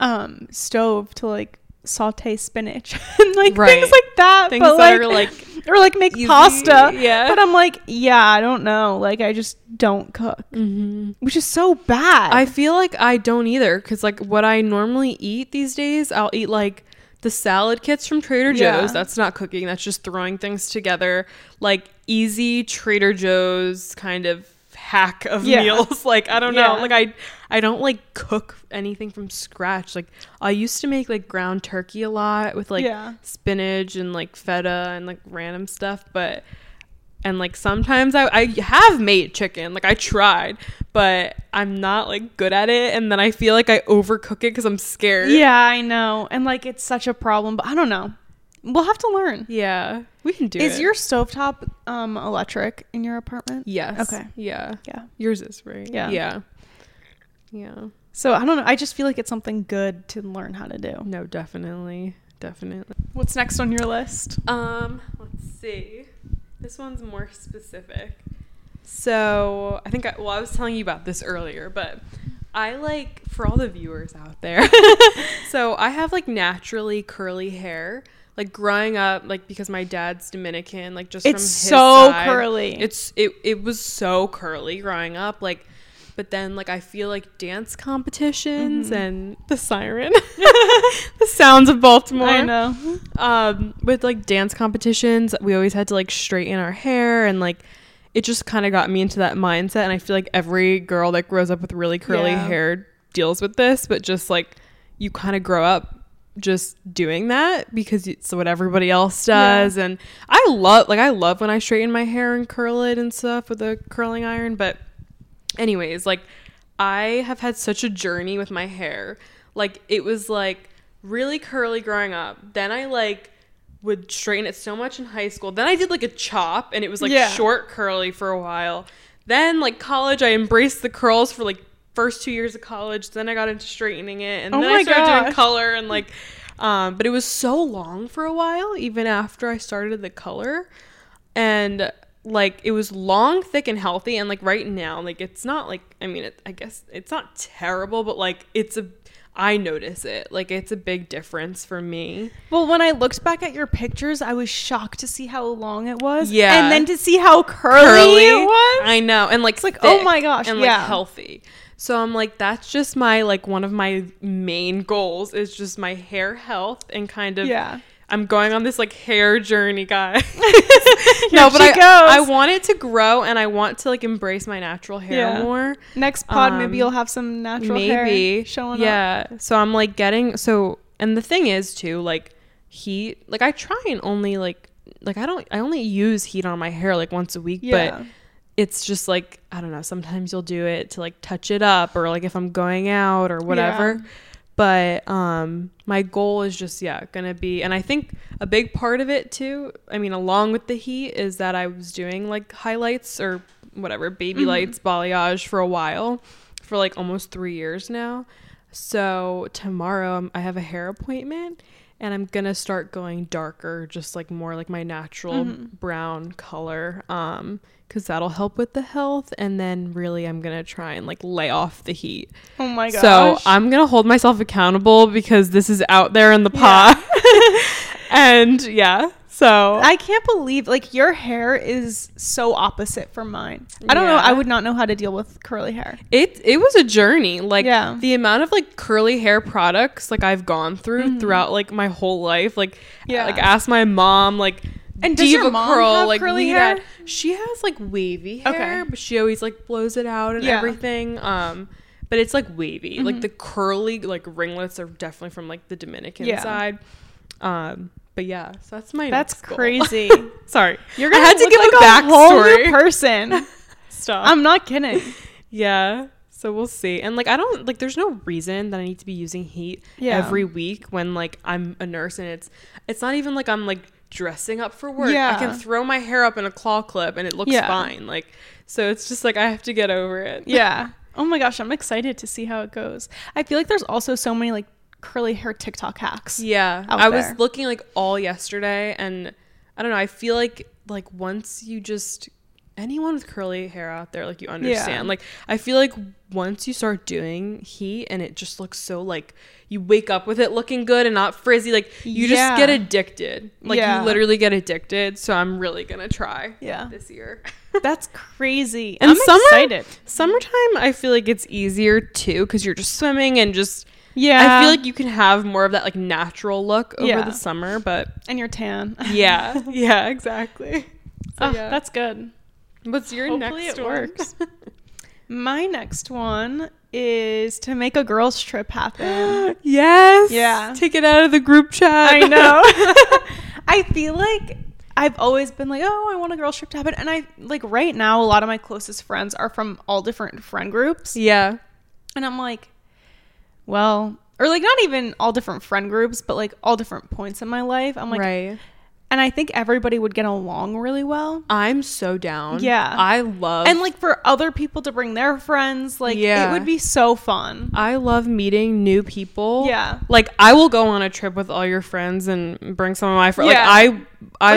Speaker 1: um stove to like." saute spinach and like
Speaker 2: Right.
Speaker 1: things like that
Speaker 2: Things
Speaker 1: but,
Speaker 2: that are like
Speaker 1: or like make
Speaker 2: easy,
Speaker 1: pasta
Speaker 2: yeah.
Speaker 1: but I'm like, yeah, I don't know. Like, I just don't cook,
Speaker 2: Mm-hmm.
Speaker 1: which is so bad.
Speaker 2: I feel like I don't either because like what I normally eat these days, I'll eat like the salad kits from Trader
Speaker 1: Yeah.
Speaker 2: Joe's. That's not cooking. That's just throwing things together. Like easy Trader Joe's kind of hack of
Speaker 1: Yeah.
Speaker 2: meals. Like I don't
Speaker 1: Yeah.
Speaker 2: know. Like I I don't like cook anything from scratch. Like I used to make like ground turkey a lot with like
Speaker 1: Yeah.
Speaker 2: spinach and like feta and like random stuff, but and like sometimes I, I have made chicken like i tried but i'm not like good at it and then i feel like i overcook it because i'm scared
Speaker 1: yeah, I know, and like it's such a problem. But I don't know. We'll have to learn.
Speaker 2: yeah we can do
Speaker 1: Is
Speaker 2: it
Speaker 1: your stovetop um electric in your apartment?
Speaker 2: yes
Speaker 1: Okay.
Speaker 2: yeah
Speaker 1: Yeah.
Speaker 2: yours is right
Speaker 1: Yeah.
Speaker 2: yeah yeah
Speaker 1: So I don't know. I just feel like it's something good to learn how to do.
Speaker 2: no definitely definitely
Speaker 1: What's next on your list?
Speaker 2: um let's see this one's more specific so i think I, well i was telling you about this earlier but i like for all the viewers out there so I have like naturally curly hair. Like growing up, like because my dad's Dominican, like just from
Speaker 1: It's
Speaker 2: his
Speaker 1: so
Speaker 2: side,
Speaker 1: curly.
Speaker 2: It's it it was so curly growing up. Like, but then like I feel like dance
Speaker 1: Mm-hmm.
Speaker 2: competitions and the siren, the sounds of Baltimore
Speaker 1: I know.
Speaker 2: um with like dance competitions we always had to like straighten our hair and like it just kind of got me into that mindset and i feel like every girl that grows up with really curly
Speaker 1: Yeah.
Speaker 2: hair deals with this but just like you kind of grow up just doing that because it's what everybody else does and i love like i love when i straighten my hair and curl it and stuff with a curling iron but anyways, like I have had such a journey with my hair. Like it was like really curly growing up. Then I like would straighten it so much in high school. Then I did like a chop and it was like
Speaker 1: Yeah.
Speaker 2: short curly for a while. Then like college I embraced the curls for like first two years of college. Then I got into straightening it, and
Speaker 1: Oh
Speaker 2: then
Speaker 1: my
Speaker 2: I started doing
Speaker 1: gosh.
Speaker 2: color and like. Um, but it was so long for a while, even after I started the color, and like it was long, thick, and healthy. And like right now, like it's not like I mean, it, I guess it's not terrible, but like it's a. I notice it. Like it's a big difference for me.
Speaker 1: Well, when I looked back at your pictures, I was shocked to see how long it was.
Speaker 2: Yeah.
Speaker 1: And then to see how curly, it was.
Speaker 2: I know, and like it's
Speaker 1: like, oh my gosh,
Speaker 2: and
Speaker 1: yeah.
Speaker 2: like healthy. So I'm like, that's just my like one of my main goals is just my hair health and kind of
Speaker 1: Yeah.
Speaker 2: I'm going on this like hair journey, guys.
Speaker 1: Here
Speaker 2: but
Speaker 1: she
Speaker 2: I I
Speaker 1: goes.
Speaker 2: want it to grow and I want to like embrace my natural hair
Speaker 1: Yeah.
Speaker 2: more.
Speaker 1: Next pod,
Speaker 2: Um,
Speaker 1: maybe you'll have some natural
Speaker 2: maybe
Speaker 1: hair showing up.
Speaker 2: yeah. So I'm like getting so and the thing is too like heat like I try and only like like I don't I only use heat on my hair like once a week
Speaker 1: Yeah.
Speaker 2: but it's just like I don't know sometimes you'll do it to like touch it up or like if I'm going out or whatever. But um my goal is just yeah, going to be and I think a big part of it too, I mean along with the heat is that I was doing like highlights or whatever baby lights balayage for a while for like almost three years now so tomorrow um, i have a hair appointment and i'm gonna start going darker just like more like my natural brown color um because that'll help with the health and then really i'm gonna try and like lay off the heat
Speaker 1: Oh my gosh.
Speaker 2: so i'm gonna hold myself accountable because this is out there in the pot and yeah so
Speaker 1: I can't believe like your hair is so opposite from mine. I don't know.
Speaker 2: Yeah.
Speaker 1: I would not know how to deal with curly hair.
Speaker 2: it it was a journey like
Speaker 1: Yeah.
Speaker 2: the amount of like curly hair products like i've gone through throughout like my whole life like
Speaker 1: Mm-hmm. Yeah.
Speaker 2: like ask my mom like
Speaker 1: And
Speaker 2: do
Speaker 1: does
Speaker 2: you
Speaker 1: your
Speaker 2: have a
Speaker 1: mom have curly
Speaker 2: weed
Speaker 1: hair?
Speaker 2: out? she has like wavy
Speaker 1: Okay.
Speaker 2: hair but she always like blows it out and
Speaker 1: Yeah. Mm-hmm.
Speaker 2: everything um but it's like wavy like the curly like ringlets are definitely from like the dominican
Speaker 1: Yeah.
Speaker 2: side um but yeah so that's my
Speaker 1: That's
Speaker 2: next goal.
Speaker 1: crazy.
Speaker 2: sorry
Speaker 1: You're
Speaker 2: i
Speaker 1: gonna
Speaker 2: had to
Speaker 1: look
Speaker 2: give a
Speaker 1: like whole new
Speaker 2: backstory
Speaker 1: person.
Speaker 2: stop
Speaker 1: I'm not kidding.
Speaker 2: yeah. So we'll see. And like I don't like there's no reason that I need to be using heat
Speaker 1: Yeah.
Speaker 2: every week when like I'm a nurse and it's it's not even like I'm like dressing up for work. I
Speaker 1: Yeah.
Speaker 2: can throw my hair up in a claw clip and it looks
Speaker 1: Yeah.
Speaker 2: fine. Like so it's just like I have to get over it.
Speaker 1: Yeah. Oh my gosh, I'm excited to see how it goes. I feel like there's also so many like curly hair TikTok hacks.
Speaker 2: Yeah.
Speaker 1: out
Speaker 2: I
Speaker 1: there.
Speaker 2: was looking like all yesterday and I don't know, I feel like like once you just anyone with curly hair out there like you understand. Like I feel like once you start doing heat and it just looks so like you wake up with it looking good and not frizzy like you
Speaker 1: Yeah.
Speaker 2: just get addicted. Like
Speaker 1: Yeah.
Speaker 2: you literally get addicted, so I'm really going to try
Speaker 1: Yeah.
Speaker 2: this year.
Speaker 1: That's crazy.
Speaker 2: And
Speaker 1: I'm
Speaker 2: summer-
Speaker 1: excited.
Speaker 2: Summertime I feel like it's easier too cuz you're just swimming and just
Speaker 1: Yeah.
Speaker 2: I feel like you can have more of that like natural look over
Speaker 1: Yeah.
Speaker 2: the summer, but
Speaker 1: and you're tan.
Speaker 2: yeah, Ah, yeah, exactly.
Speaker 1: Oh,
Speaker 2: yeah.
Speaker 1: That's good.
Speaker 2: What's your
Speaker 1: Hopefully
Speaker 2: next
Speaker 1: it
Speaker 2: one?
Speaker 1: works. My next one is to make a girls trip happen.
Speaker 2: yes.
Speaker 1: Yeah.
Speaker 2: Take it out of the group chat.
Speaker 1: I know. I feel like I've always been like, oh, I want a girls trip to happen. And I like right now, a lot of my closest friends are from all different friend groups.
Speaker 2: yeah.
Speaker 1: And I'm like, well, or like not even all different friend groups, but like all different points in my life. I'm like,
Speaker 2: right.
Speaker 1: and I think everybody would get along really well.
Speaker 2: I'm so down.
Speaker 1: Yeah.
Speaker 2: I love
Speaker 1: And like for other people to bring their friends, like it
Speaker 2: Yeah.
Speaker 1: would be so fun.
Speaker 2: I love meeting new people.
Speaker 1: Yeah.
Speaker 2: Like I will go on a trip with all your friends and bring some of my friends.
Speaker 1: Yeah.
Speaker 2: Like I I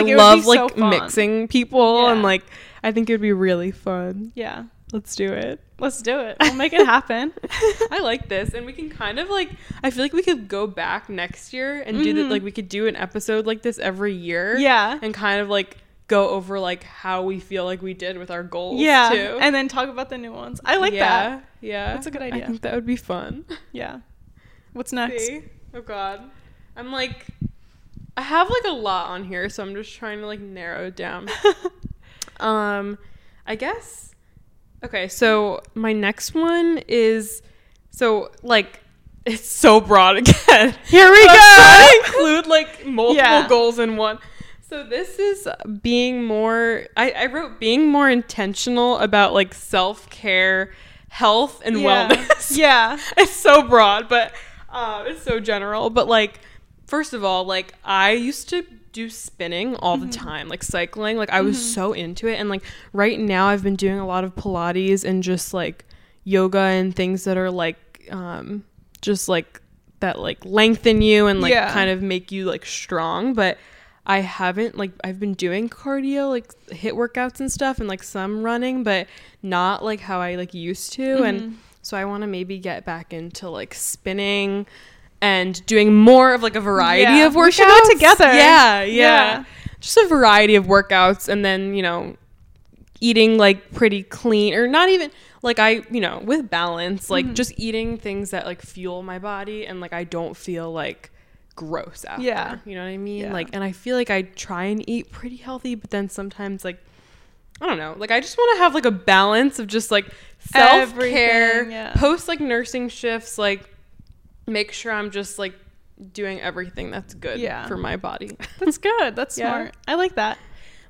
Speaker 1: Like, it would be
Speaker 2: love
Speaker 1: so
Speaker 2: like
Speaker 1: fun.
Speaker 2: mixing people
Speaker 1: Yeah.
Speaker 2: and like I think it would be really fun.
Speaker 1: Yeah.
Speaker 2: Let's do it.
Speaker 1: Let's do it. We'll make it happen.
Speaker 2: I like this, and we can kind of like. I feel like we could go back next year and do that. Like we could do an episode like this every year.
Speaker 1: Mm-hmm. Yeah.
Speaker 2: and kind of like go over like how we feel like we did with our goals.
Speaker 1: yeah.
Speaker 2: too.
Speaker 1: And then talk about the new ones. I like
Speaker 2: yeah,
Speaker 1: that.
Speaker 2: Yeah,
Speaker 1: That's a good
Speaker 2: I
Speaker 1: idea.
Speaker 2: think that would be fun.
Speaker 1: Yeah. What's next?
Speaker 2: See? Oh God, I'm like, I have like a lot on here, so I'm just trying to like narrow it down. Um, I guess. Okay, so my next one is so like it's so broad again.
Speaker 1: Here we
Speaker 2: But I'm
Speaker 1: go.
Speaker 2: trying to include like multiple
Speaker 1: Yeah.
Speaker 2: goals in one. So this is being more. I, I wrote being more intentional about like self care, health, and
Speaker 1: yeah.
Speaker 2: wellness
Speaker 1: Yeah.
Speaker 2: it's so broad, but uh, it's so general. But like, first of all, like I used to do spinning all the time, like cycling. Like I was so into it, and like right now I've been doing a lot of Pilates and just like yoga and things that are like um, just like that like lengthen you and like
Speaker 1: Yeah.
Speaker 2: kind of make you like strong, but I haven't like I've been doing cardio like hit workouts and stuff and like some running, but not like how I like used to
Speaker 1: Mm-hmm.
Speaker 2: and so I want to maybe get back into like spinning and doing more of like a variety
Speaker 1: Yeah.
Speaker 2: of workouts
Speaker 1: We should go together.
Speaker 2: Yeah, yeah,
Speaker 1: Yeah.
Speaker 2: Just a variety of workouts and then, you know, eating like pretty clean or not even like I, you know, with balance, like
Speaker 1: Mm-hmm.
Speaker 2: just eating things that like fuel my body and like I don't feel like gross after.
Speaker 1: Yeah.
Speaker 2: You know what I mean?
Speaker 1: Yeah.
Speaker 2: Like and I feel like I try and eat pretty healthy, but then sometimes like I don't know. Like I just want to have like a balance of just like self care,
Speaker 1: Everything, yeah.
Speaker 2: post like nursing shifts, like make sure I'm just like doing everything that's good
Speaker 1: Yeah.
Speaker 2: for my body.
Speaker 1: That's good. That's
Speaker 2: Yeah.
Speaker 1: smart. I like that.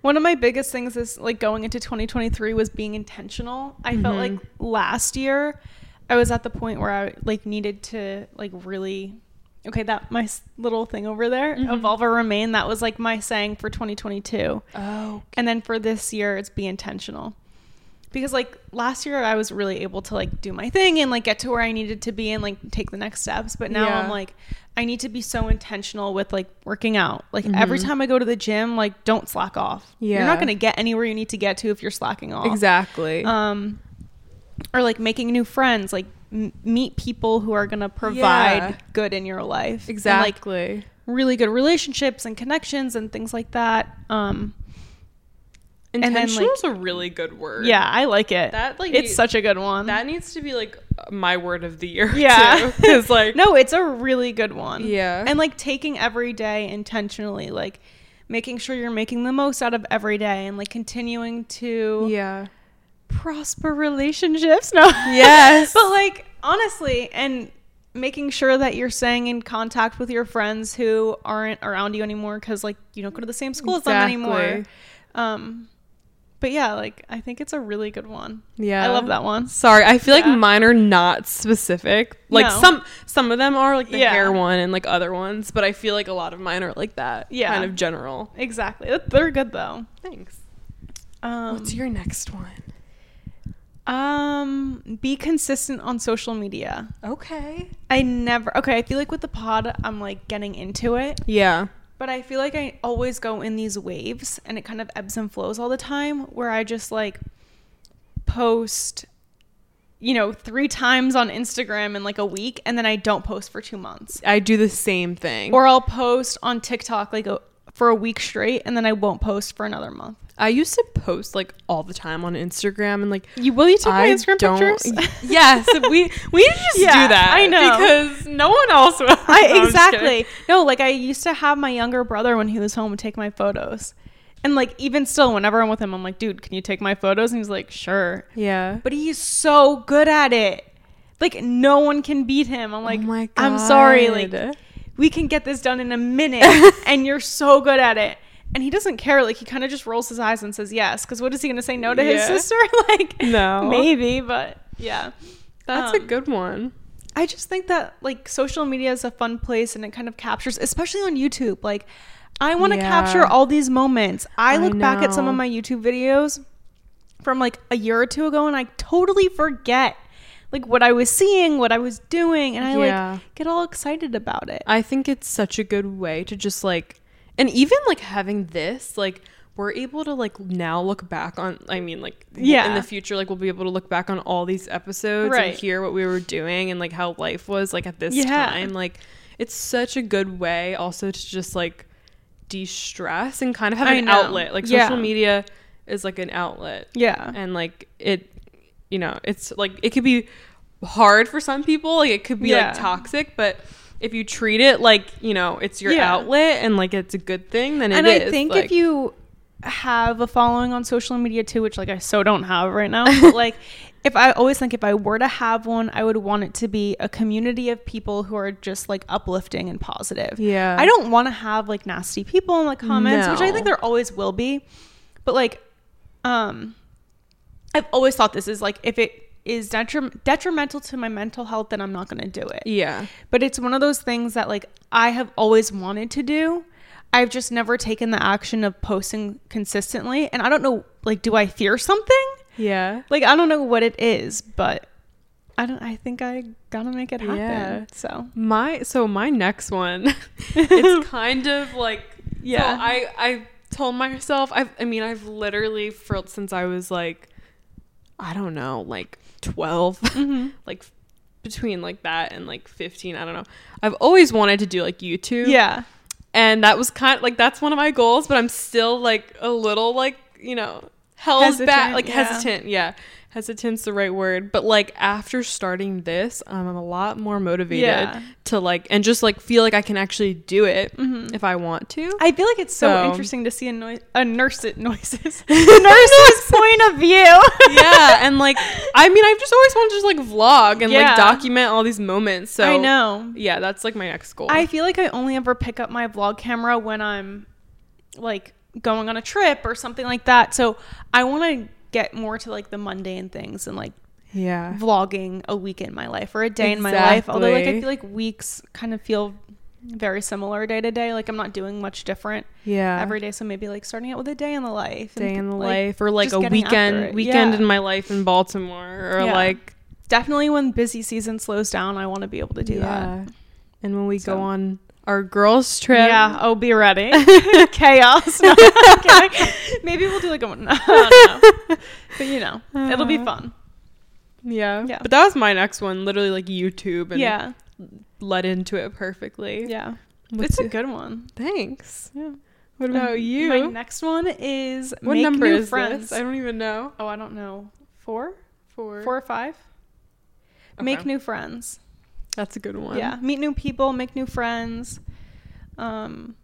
Speaker 1: One of my biggest things is like going into 2023 was being intentional. I felt like last year I was at the point where I like needed to like really okay, that my s- little thing over there, evolve or remain, that was like my saying for 2022.
Speaker 2: Oh,
Speaker 1: And then for this year, it's be intentional. Because like last year I was really able to like do my thing and like get to where I needed to be and like take the next steps, but now
Speaker 2: Yeah.
Speaker 1: I'm like I need to be so intentional with like working out. Like every time I go to the gym, like don't slack off. You're
Speaker 2: Mm-hmm. Yeah.
Speaker 1: not going to get anywhere you need to get to if you're slacking off.
Speaker 2: exactly.
Speaker 1: Um or like making new friends, like m- meet people who are going to provide
Speaker 2: Yeah.
Speaker 1: good in your life. And, like
Speaker 2: exactly.
Speaker 1: really good relationships and connections and things like that. Um then, like-
Speaker 2: Intentional is a really good word.
Speaker 1: Yeah, I like it.
Speaker 2: That, like,
Speaker 1: it's
Speaker 2: you-
Speaker 1: such a good one.
Speaker 2: That needs to be like my word of the year.
Speaker 1: Yeah.
Speaker 2: Because like
Speaker 1: no, it's a really good one.
Speaker 2: Yeah.
Speaker 1: and like taking every day intentionally, like making sure you're making the most out of every day, and like continuing to
Speaker 2: Yeah.
Speaker 1: prosper relationships. No,
Speaker 2: Yes.
Speaker 1: but like honestly, and making sure that you're staying in contact with your friends who aren't around you anymore because like you don't go to the same school as them anymore.
Speaker 2: Exactly.
Speaker 1: Um, but yeah, like I think it's a really good one.
Speaker 2: Yeah.
Speaker 1: I love that one.
Speaker 2: Sorry, I feel
Speaker 1: Yeah.
Speaker 2: like mine are not specific. Like
Speaker 1: No.
Speaker 2: some some of them are like the
Speaker 1: Yeah.
Speaker 2: hair one and like other ones, but I feel like a lot of mine are like that.
Speaker 1: Yeah.
Speaker 2: Kind of general.
Speaker 1: Exactly. That- They're good though.
Speaker 2: Thanks.
Speaker 1: Um,
Speaker 2: What's your next one?
Speaker 1: um, be consistent on social media.
Speaker 2: Okay.
Speaker 1: I never. Okay, I feel like with the pod, I'm like getting into it,
Speaker 2: Yeah.
Speaker 1: but I feel like I always go in these waves, and it kind of ebbs and flows all the time. Where I just like post, you know, three times on Instagram in like a week, and then I don't post for two months,
Speaker 2: I do the same thing.
Speaker 1: or I'll post on TikTok like a, for a week straight, and then I won't post for another month.
Speaker 2: I used to post like all the time on Instagram and like
Speaker 1: You will you take my
Speaker 2: I
Speaker 1: Instagram
Speaker 2: don't-
Speaker 1: pictures?
Speaker 2: yes, we we should just
Speaker 1: Yeah,
Speaker 2: do that.
Speaker 1: I know.
Speaker 2: because no one else will. No, I'm
Speaker 1: I
Speaker 2: just
Speaker 1: exactly.
Speaker 2: kidding.
Speaker 1: No, like I used to have my younger brother when he was home take my photos. And like even still whenever I'm with him I'm like, "Dude, can you take my photos?" and he's like, "Sure."
Speaker 2: Yeah.
Speaker 1: But he's so good at it. Like no one can beat him. I'm like, "I'm sorry, like
Speaker 2: Oh God.
Speaker 1: we can get this done in a minute and you're so good at it." And he doesn't care. Like he kind of just rolls his eyes and says yes. Because what is he going to say no to his
Speaker 2: Yeah.
Speaker 1: sister? like
Speaker 2: No.
Speaker 1: maybe, but yeah.
Speaker 2: that's a
Speaker 1: Um,
Speaker 2: good one.
Speaker 1: I just think that like social media is a fun place and it kind of captures, especially on YouTube. Like, I want to
Speaker 2: Yeah.
Speaker 1: capture all these moments. I
Speaker 2: I
Speaker 1: look back at some of
Speaker 2: know.
Speaker 1: my YouTube videos from like a year or two ago and I totally forget like what I was seeing, what I was doing, and I
Speaker 2: Yeah.
Speaker 1: like get all excited about it.
Speaker 2: I think it's such a good way to just like, and even like having this, like, we're able to like now look back on, I mean, like, w-
Speaker 1: Yeah.
Speaker 2: in the future, like, we'll be able to look back on all these episodes
Speaker 1: Right.
Speaker 2: and hear what we were doing and like how life was like at this
Speaker 1: Yeah.
Speaker 2: time. Like, it's such a good way also to just like de stress and kind of have
Speaker 1: I
Speaker 2: an
Speaker 1: know.
Speaker 2: outlet. Like,
Speaker 1: Yeah.
Speaker 2: social media is like an outlet
Speaker 1: yeah.
Speaker 2: and like it you know it's like it could be hard for some people like it could be
Speaker 1: Yeah.
Speaker 2: like toxic but if you treat it like you know it's your
Speaker 1: Yeah.
Speaker 2: outlet and like it's a good thing then it
Speaker 1: and
Speaker 2: is,
Speaker 1: I think
Speaker 2: like-
Speaker 1: if you have a following on social media too, which like I so don't have right now, but like if I always think if I were to have one, I would want it to be a community of people who are just like uplifting and positive.
Speaker 2: Yeah.
Speaker 1: I don't want to have like nasty people in the comments, which I
Speaker 2: No.
Speaker 1: think there always will be. But like um I've always thought this is like if it is detrim- detrimental to my mental health, then I'm not going to do it
Speaker 2: yeah
Speaker 1: but it's one of those things that like I have always wanted to do. I've just never taken the action of posting consistently, and I don't know like do I fear something?
Speaker 2: yeah
Speaker 1: Like I don't know what it is, but I don't. I think I gotta make it happen.
Speaker 2: Yeah.
Speaker 1: So
Speaker 2: My so my next one, it's kind of like yeah.
Speaker 1: Yeah.
Speaker 2: So I I told myself I've I mean I've literally for since I was like, I don't know like 12 like between like that and like fifteen I don't know I've always wanted to do like YouTube
Speaker 1: yeah,
Speaker 2: and that was kind of like that's one of my goals but i'm still like a little like you know held back
Speaker 1: Hesitant,
Speaker 2: like
Speaker 1: yeah.
Speaker 2: hesitant yeah hesitant's the right word but like after starting this um, i'm a lot more motivated
Speaker 1: Yeah.
Speaker 2: to like and just like feel like i can actually do it if i want to
Speaker 1: Mm-hmm. I feel like it's so,
Speaker 2: So-
Speaker 1: interesting to see a, noi- a nurse noises nurse's point of view.
Speaker 2: yeah and like i mean i've just always wanted to just like vlog and
Speaker 1: Yeah.
Speaker 2: like document all these moments so
Speaker 1: I know.
Speaker 2: yeah that's like my next goal
Speaker 1: I feel like I only ever pick up my vlog camera when I'm like going on a trip or something like that. So I want to get more to like the mundane things and like
Speaker 2: yeah
Speaker 1: vlogging a week in my life or a day in my life. Although like I
Speaker 2: Exactly.
Speaker 1: feel like weeks kind of feel very similar day to day. Like I'm not doing much different
Speaker 2: yeah
Speaker 1: every day. So maybe like starting out with a day in the life. and,
Speaker 2: day in the
Speaker 1: like,
Speaker 2: life or like
Speaker 1: just
Speaker 2: a
Speaker 1: getting after
Speaker 2: weekend
Speaker 1: it.
Speaker 2: weekend
Speaker 1: Yeah.
Speaker 2: in my life in baltimore or
Speaker 1: Yeah.
Speaker 2: like
Speaker 1: Definitely when busy season slows down, I want to be able to do that.
Speaker 2: And when we
Speaker 1: So.
Speaker 2: go on our girls trip,
Speaker 1: Yeah. Oh, be ready. Chaos. No, I'm kidding. Maybe we'll do like a one. I don't know. But you know, it'll be
Speaker 2: Uh,
Speaker 1: fun.
Speaker 2: yeah,
Speaker 1: Yeah.
Speaker 2: But that was my next one, literally like YouTube, and
Speaker 1: Yeah.
Speaker 2: led into it perfectly.
Speaker 1: Yeah.
Speaker 2: What's
Speaker 1: It's a
Speaker 2: it-
Speaker 1: good one.
Speaker 2: Thanks.
Speaker 1: Yeah.
Speaker 2: What about Oh, you?
Speaker 1: My next one is
Speaker 2: what
Speaker 1: make
Speaker 2: number
Speaker 1: new
Speaker 2: is
Speaker 1: friends.
Speaker 2: this? I don't even know.
Speaker 1: Oh, I don't know. Four?
Speaker 2: Four.
Speaker 1: Four or five?
Speaker 2: Okay.
Speaker 1: Make new friends.
Speaker 2: That's a good one.
Speaker 1: Yeah. Meet new people, make new friends. Um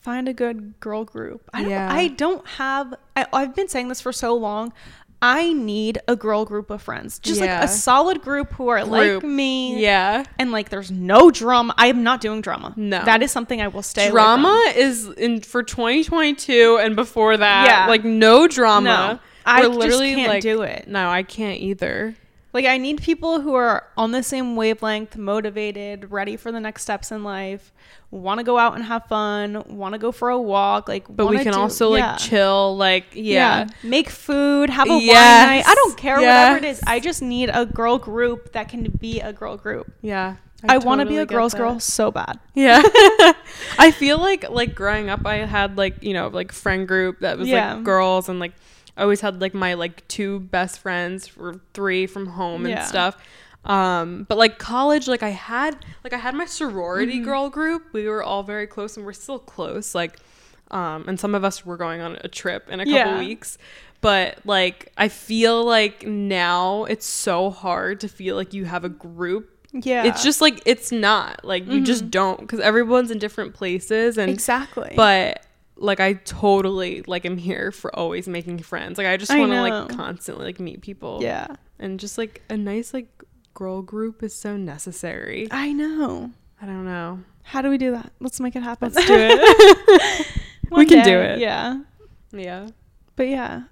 Speaker 1: find a good girl group. I don't
Speaker 2: Yeah.
Speaker 1: I don't have I, I've been saying this for so long. I need a girl group of friends. Just
Speaker 2: Yeah.
Speaker 1: like a solid group who are like
Speaker 2: Group.
Speaker 1: me.
Speaker 2: Yeah.
Speaker 1: And like there's no drama. I am not doing drama.
Speaker 2: No.
Speaker 1: That is something I will stay away from.
Speaker 2: drama is in for 2022 and before that,
Speaker 1: Yeah.
Speaker 2: like no
Speaker 1: No.
Speaker 2: drama.
Speaker 1: I
Speaker 2: We're
Speaker 1: literally can't
Speaker 2: like,
Speaker 1: do it.
Speaker 2: No, I can't either.
Speaker 1: Like I need people who are on the same wavelength, motivated, ready for the next steps in life, want to go out and have fun, want to go for a walk, like
Speaker 2: But we
Speaker 1: wanna
Speaker 2: can
Speaker 1: do-
Speaker 2: also
Speaker 1: yeah.
Speaker 2: like chill. Like yeah.
Speaker 1: Make food, have a
Speaker 2: Yes.
Speaker 1: wine night. I don't care whatever it
Speaker 2: Yes.
Speaker 1: is. I just need a girl group that can be a girl group.
Speaker 2: Yeah.
Speaker 1: I, want to be
Speaker 2: totally
Speaker 1: a
Speaker 2: get
Speaker 1: girls
Speaker 2: that.
Speaker 1: girl so bad.
Speaker 2: Yeah. I feel like like growing up I had like, you know, like friend group that was
Speaker 1: Yeah.
Speaker 2: like girls and like I always had like my like two best friends or three from home and
Speaker 1: Yeah.
Speaker 2: stuff. Um but like college like I had like I had my sorority
Speaker 1: Mm-hmm.
Speaker 2: girl group. We were all very close and we're still close like um and some of us were going on a trip in a couple
Speaker 1: Yeah.
Speaker 2: weeks. But like I feel like now it's so hard to feel like you have a group
Speaker 1: Yeah. Mm-hmm.
Speaker 2: it's just like it's not like you just don't because everyone's in different places and
Speaker 1: exactly.
Speaker 2: but like i totally like am here for always making friends like i just
Speaker 1: I
Speaker 2: want to like
Speaker 1: know.
Speaker 2: constantly like meet people
Speaker 1: yeah.
Speaker 2: and just like a nice like girl group is so necessary
Speaker 1: I know.
Speaker 2: i don't know
Speaker 1: How do we do that? Let's make it happen.
Speaker 2: let's do it
Speaker 1: One
Speaker 2: can do
Speaker 1: day.
Speaker 2: it.
Speaker 1: Yeah.
Speaker 2: yeah
Speaker 1: But yeah.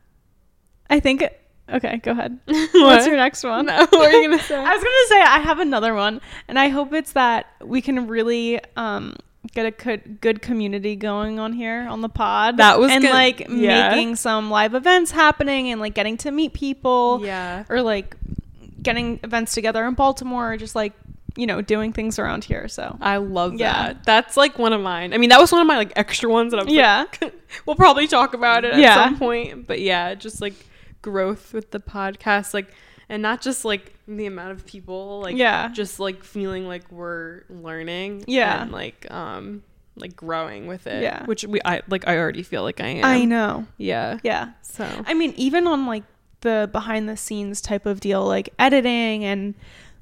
Speaker 1: I think okay, go ahead.
Speaker 2: What?
Speaker 1: What's your next one?
Speaker 2: No, what are you gonna say?
Speaker 1: I was gonna say I have another one, and I hope it's that we can really um, get a good, good community going on here on the pod.
Speaker 2: That was
Speaker 1: and
Speaker 2: gonna-
Speaker 1: like
Speaker 2: yeah.
Speaker 1: making some live events happening, and like getting to meet people,
Speaker 2: yeah
Speaker 1: or like getting events together in Baltimore, or just like you know doing things around here. So
Speaker 2: I love
Speaker 1: Yeah.
Speaker 2: that. That's like one of mine. I mean, that was one of my like extra ones that I was yeah.
Speaker 1: yeah,
Speaker 2: we'll probably talk about it at
Speaker 1: Yeah.
Speaker 2: some point. But yeah, just like growth with the podcast, like, and not just like the amount of people, like,
Speaker 1: Yeah.
Speaker 2: just like feeling like we're learning,
Speaker 1: Yeah.
Speaker 2: and like, um, like growing with it,
Speaker 1: Yeah.
Speaker 2: Which we, I like, I already feel like I am.
Speaker 1: I know.
Speaker 2: yeah.
Speaker 1: Yeah,
Speaker 2: So
Speaker 1: I mean, even on like the behind the scenes type of deal, like editing and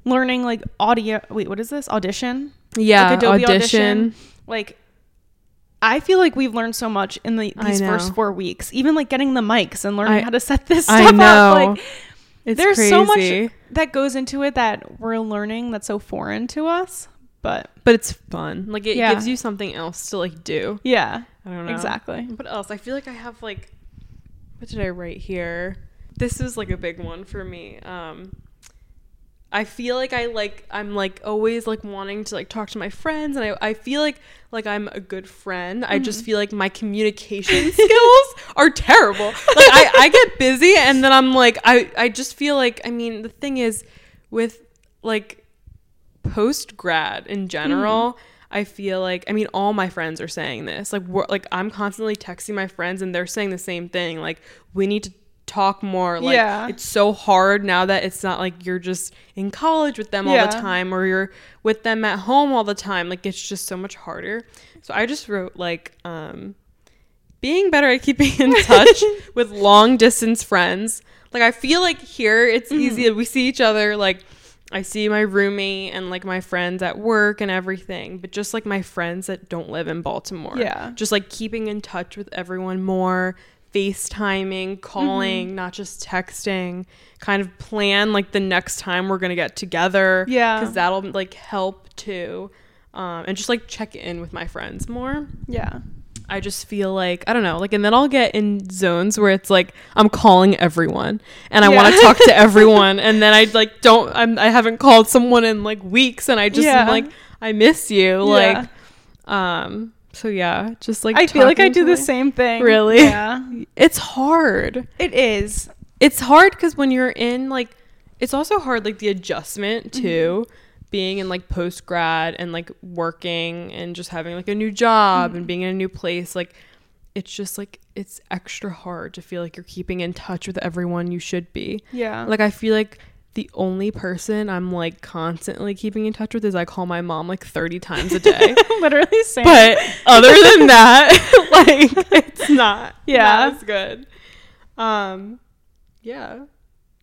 Speaker 1: learning like audio. Wait, what is this audition?
Speaker 2: yeah,
Speaker 1: like Adobe Audition. Like, I feel like we've learned so much in the,
Speaker 2: I
Speaker 1: these
Speaker 2: know.
Speaker 1: first four weeks. Even like getting the mics and learning
Speaker 2: I-
Speaker 1: how to set this
Speaker 2: I
Speaker 1: stuff
Speaker 2: know.
Speaker 1: up. Like,
Speaker 2: It's
Speaker 1: there's so much
Speaker 2: crazy.
Speaker 1: that goes into it that we're learning that's so foreign to us. But
Speaker 2: but it's fun. Like it
Speaker 1: Yeah.
Speaker 2: gives you something else to like do.
Speaker 1: yeah,
Speaker 2: I don't know
Speaker 1: exactly.
Speaker 2: What else? I feel like I have like what did I write here? This is like a big one for me. Um I feel like I like I'm like always like wanting to like talk to my friends and I, I feel like like I'm a good friend. I just feel like my communication skills are terrible. Like I, I get busy and then I'm like I, I just feel like I mean the thing is with like post grad in general,
Speaker 1: Hmm.
Speaker 2: I feel like I mean all my friends are saying this. Like we're, like I'm constantly texting my friends and they're saying the same thing. Like we need to talk more. Like
Speaker 1: Yeah.
Speaker 2: it's so hard now that it's not like you're just in college with them all
Speaker 1: Yeah.
Speaker 2: the time or you're with them at home all the time. Like it's just so much harder. So I just wrote like um being better at keeping in touch with long distance friends. Like I feel like here it's
Speaker 1: Mm-hmm.
Speaker 2: easy. We see each other like I see my roommate and like my friends at work and everything, but just like my friends that don't live in Baltimore.
Speaker 1: Yeah.
Speaker 2: Just like keeping in touch with everyone more, FaceTiming,
Speaker 1: Mm-hmm.
Speaker 2: calling, not just texting, kind of plan like the next time we're going to get together.
Speaker 1: Yeah.
Speaker 2: Cause that'll like help too. Um, and just like check in with my friends more.
Speaker 1: Yeah.
Speaker 2: I just feel like I don't know, like, and then I'll get in zones where it's like I'm calling everyone and I want to
Speaker 1: Yeah.
Speaker 2: talk to everyone, and then I like don't I'm, I haven't called someone in like weeks, and I just am
Speaker 1: Yeah.
Speaker 2: like I miss you,
Speaker 1: Yeah.
Speaker 2: like, um, so yeah, just like
Speaker 1: I feel like I
Speaker 2: talking
Speaker 1: do
Speaker 2: to
Speaker 1: the
Speaker 2: my-
Speaker 1: same thing.
Speaker 2: Really?
Speaker 1: Yeah.
Speaker 2: It's hard.
Speaker 1: It is.
Speaker 2: It's hard because when you're in like, it's also hard like the adjustment to being in like post grad and like working and just having like a new job and being in a new place like it's just like it's extra hard to feel like you're keeping in touch with everyone you should be.
Speaker 1: Yeah.
Speaker 2: Like I feel like the only person I'm like constantly keeping in touch with is I call my mom like 30 times a day.
Speaker 1: literally same.
Speaker 2: but other than that, like it's not
Speaker 1: Yeah.
Speaker 2: not as good. Um yeah.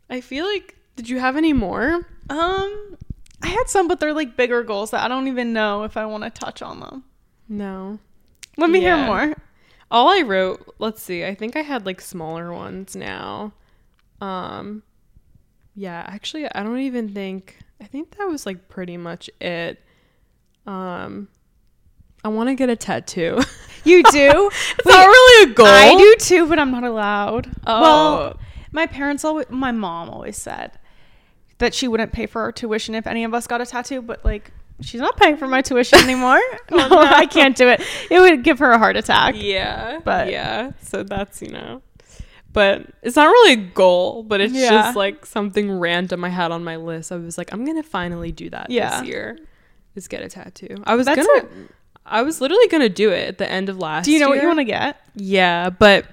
Speaker 2: I feel like did you have any more?
Speaker 1: um I had some but they're like bigger goals that I don't even know if I want to touch on them.
Speaker 2: No.
Speaker 1: Let me
Speaker 2: Yeah.
Speaker 1: hear more.
Speaker 2: All I wrote, let's see. I think I had like smaller ones now. Um yeah, actually I don't even think I think that was like pretty much it. Um I want to get a tattoo.
Speaker 1: You do?
Speaker 2: it's not really a goal.
Speaker 1: I do too, but I'm not allowed.
Speaker 2: Oh.
Speaker 1: Well, my parents always my mom always said that she wouldn't pay for our tuition if any of us got a tattoo, but like she's not paying for my tuition anymore. no,
Speaker 2: Oh, no.
Speaker 1: I can't do it. It would give her a heart attack.
Speaker 2: Yeah.
Speaker 1: But-
Speaker 2: yeah, so that's, you know. But it's not really a goal, but it's
Speaker 1: Yeah.
Speaker 2: just like something random I had on my list. I was like, I'm going to finally do that
Speaker 1: Yeah.
Speaker 2: this year. Is get a tattoo. I was
Speaker 1: That's
Speaker 2: going to I was literally going to do it at the end of last
Speaker 1: Do you know what you
Speaker 2: year.
Speaker 1: want to get?
Speaker 2: Yeah, but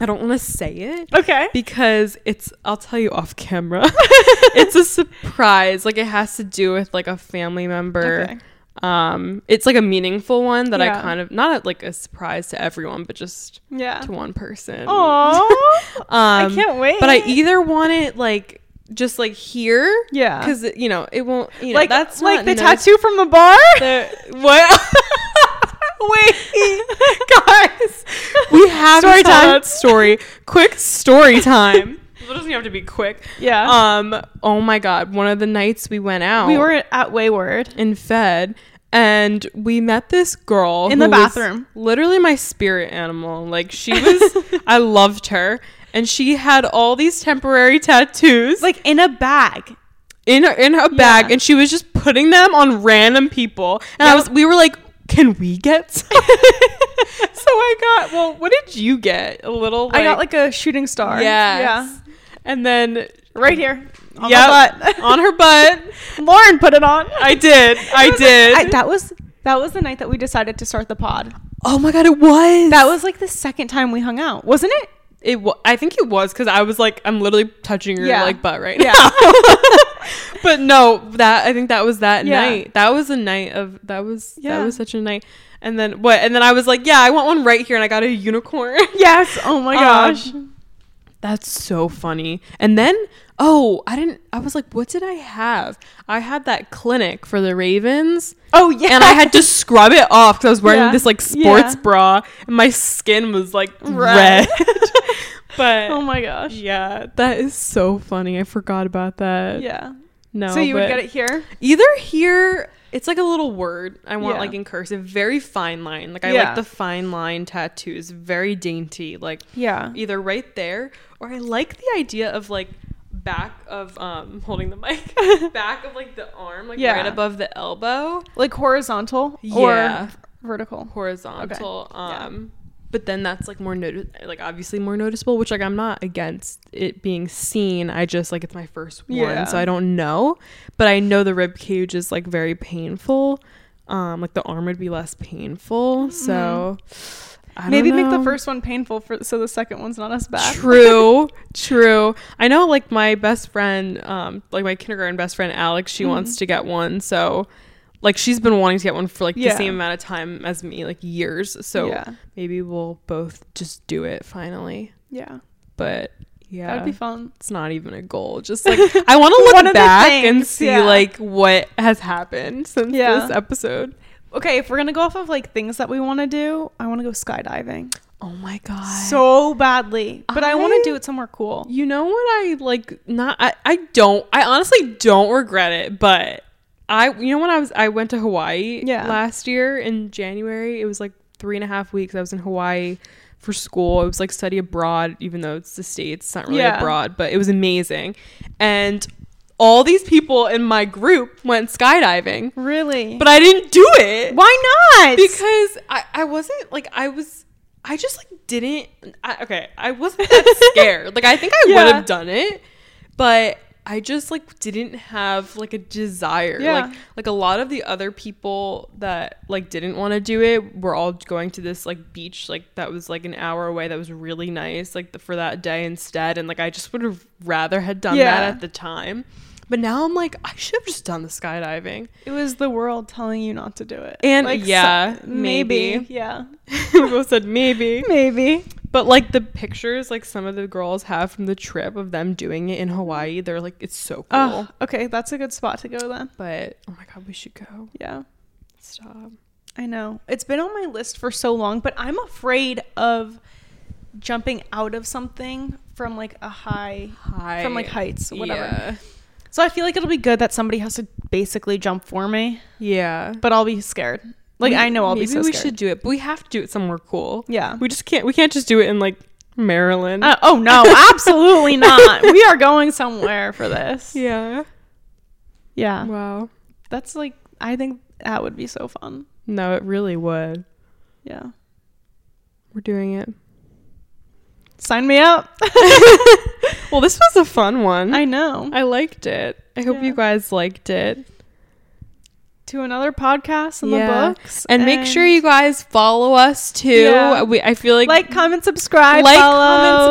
Speaker 2: I don't want to say it
Speaker 1: Okay.
Speaker 2: because it's I'll tell you off camera. it's a surprise. Like it has to do with like a family member.
Speaker 1: Okay.
Speaker 2: Um it's like a meaningful one that I
Speaker 1: Yeah.
Speaker 2: kind of not a, like a surprise to everyone but just
Speaker 1: Yeah.
Speaker 2: to one person.
Speaker 1: Aw.
Speaker 2: um
Speaker 1: I can't wait.
Speaker 2: But I either want it like just like here
Speaker 1: Yeah.
Speaker 2: cuz you know it won't you know
Speaker 1: like
Speaker 2: that's
Speaker 1: like
Speaker 2: not
Speaker 1: the
Speaker 2: nice-
Speaker 1: tattoo from the bar.
Speaker 2: the- what wait guys we have
Speaker 1: Story
Speaker 2: story
Speaker 1: time.
Speaker 2: time story quick story time it doesn't have to be quick
Speaker 1: yeah.
Speaker 2: um oh my god one of the nights we went out
Speaker 1: we were at Wayward.
Speaker 2: in fed and we met this girl
Speaker 1: In the
Speaker 2: who was
Speaker 1: bathroom.
Speaker 2: literally my spirit animal like she was i loved her and she had all these temporary tattoos
Speaker 1: Like in a bag.
Speaker 2: in her, in her bag
Speaker 1: Yeah.
Speaker 2: and she was just putting them on random people and I
Speaker 1: Yeah.
Speaker 2: was we were like can we get some? so I got well what did you get a little
Speaker 1: I got like a shooting star.
Speaker 2: yes. yeah and then
Speaker 1: Yeah. Right here. On
Speaker 2: yeah
Speaker 1: my butt.
Speaker 2: on her butt
Speaker 1: Lauren put it on.
Speaker 2: I did I did
Speaker 1: I, that was that was the night that we decided to start the pod.
Speaker 2: oh my god it was
Speaker 1: That was like the second time we hung out, wasn't it?
Speaker 2: it wa- I think it was because I was like I'm literally touching your
Speaker 1: Yeah.
Speaker 2: like butt right
Speaker 1: Yeah.
Speaker 2: now but no that I think that was that
Speaker 1: Yeah.
Speaker 2: night that was a night of that was that
Speaker 1: Yeah.
Speaker 2: was such a night and then what and then I was like yeah I want one right here and I got a unicorn
Speaker 1: Yes. Oh my gosh.
Speaker 2: That's so funny. And then, oh, I didn't, I was like, what did I have? I had that clinic for the Ravens
Speaker 1: oh yeah.
Speaker 2: and I had to scrub it off because I was wearing
Speaker 1: Yeah.
Speaker 2: this like sports
Speaker 1: Yeah.
Speaker 2: bra and my skin was like
Speaker 1: Red.
Speaker 2: red. but
Speaker 1: Oh my gosh.
Speaker 2: yeah, that is so funny. I forgot about that.
Speaker 1: Yeah.
Speaker 2: No.
Speaker 1: so you would
Speaker 2: but-
Speaker 1: get it here.
Speaker 2: either here it's like a little word i want
Speaker 1: Yeah.
Speaker 2: like in cursive very fine line like i
Speaker 1: Yeah.
Speaker 2: like the fine line tattoos very dainty like
Speaker 1: Yeah.
Speaker 2: either right there or i like the idea of like back of um holding the mic back of like the arm like
Speaker 1: Yeah.
Speaker 2: right above the elbow
Speaker 1: Like horizontal
Speaker 2: Yeah.
Speaker 1: or vertical.
Speaker 2: horizontal
Speaker 1: Yeah.
Speaker 2: um but then that's like more noti- like obviously more noticeable which like i'm not against it being seen i just like it's my first one
Speaker 1: Yeah.
Speaker 2: so i don't know but i know the rib cage is like very painful um like the arm would be less painful so I
Speaker 1: Mm-hmm. Maybe
Speaker 2: don't
Speaker 1: make the
Speaker 2: know.
Speaker 1: first one painful for so the second one's not as bad.
Speaker 2: True, true. I know, like my best friend, um, like my kindergarten best friend Alex,
Speaker 1: Mm-hmm.
Speaker 2: she wants to get one. So, like, she's been wanting to get one for like
Speaker 1: Yeah.
Speaker 2: the same amount of time as me, like years. So
Speaker 1: Yeah.
Speaker 2: maybe we'll both just do it finally.
Speaker 1: Yeah.
Speaker 2: But yeah,
Speaker 1: That'd be fun.
Speaker 2: it's not even a goal. Just like I want to
Speaker 1: One of
Speaker 2: look
Speaker 1: the
Speaker 2: back and
Speaker 1: things,
Speaker 2: see
Speaker 1: yeah.
Speaker 2: like what has happened since
Speaker 1: Yeah.
Speaker 2: this episode.
Speaker 1: Okay, if we're gonna go off of like things that we want to do, I want to go skydiving
Speaker 2: Oh my god!
Speaker 1: so badly, but I, want
Speaker 2: I-
Speaker 1: to do it somewhere cool.
Speaker 2: You know what I like not I, I don't I honestly don't regret it, but I you know when I was I went to Hawaii
Speaker 1: Yeah.
Speaker 2: last year in January. It was like three and a half weeks. I was in Hawaii for school. It was like study abroad, even though it's the States, it's not really
Speaker 1: Yeah.
Speaker 2: abroad, but it was amazing. And all these people in my group went skydiving.
Speaker 1: Really?
Speaker 2: But I didn't do it
Speaker 1: why not?
Speaker 2: because I, I wasn't like I was I just like didn't I, okay I wasn't that scared like I think I
Speaker 1: Yeah.
Speaker 2: would have done it but I just like didn't have like a desire
Speaker 1: Yeah.
Speaker 2: like like a lot of the other people that like didn't want to do it were all going to this like beach like that was like an hour away that was really nice like the, for that day instead and like I just would have rather had done
Speaker 1: Yeah.
Speaker 2: that at the time but now I'm like I should have just done the skydiving
Speaker 1: it was the world telling you not to do it.
Speaker 2: And-
Speaker 1: so-
Speaker 2: yeah, maybe.
Speaker 1: yeah,
Speaker 2: we both said maybe
Speaker 1: maybe.
Speaker 2: But like the pictures, like some of the girls have from the trip of them doing it in Hawaii, they're like, it's so cool.
Speaker 1: Oh, okay, that's a good spot to go then.
Speaker 2: But oh my god, we should go.
Speaker 1: Yeah,
Speaker 2: Stop.
Speaker 1: I know it's been on my list for so long, but I'm afraid of jumping out of something from like a high
Speaker 2: Hi.
Speaker 1: from like heights, whatever.
Speaker 2: Yeah.
Speaker 1: So I feel like it'll be good that somebody has to basically jump for me,
Speaker 2: yeah.
Speaker 1: but I'll be scared. Like I know I'll
Speaker 2: Maybe
Speaker 1: be so
Speaker 2: we
Speaker 1: scared.
Speaker 2: should do it, but we have to do it somewhere cool.
Speaker 1: yeah.
Speaker 2: We just can't. We can't just do it in like Maryland.
Speaker 1: Uh, oh no, absolutely not. We are going somewhere for this.
Speaker 2: yeah.
Speaker 1: Yeah.
Speaker 2: Wow.
Speaker 1: That's like I think that would be so fun.
Speaker 2: No, it really would.
Speaker 1: Yeah.
Speaker 2: We're doing it.
Speaker 1: Sign me up.
Speaker 2: Well, this was a fun one.
Speaker 1: I know.
Speaker 2: I liked it. I hope
Speaker 1: Yeah.
Speaker 2: you guys liked it.
Speaker 1: to another podcast in
Speaker 2: Yeah.
Speaker 1: the books.
Speaker 2: and, make sure you guys follow us too.
Speaker 1: Yeah.
Speaker 2: We, I feel like,
Speaker 1: like, comment, subscribe,
Speaker 2: Like,
Speaker 1: follow,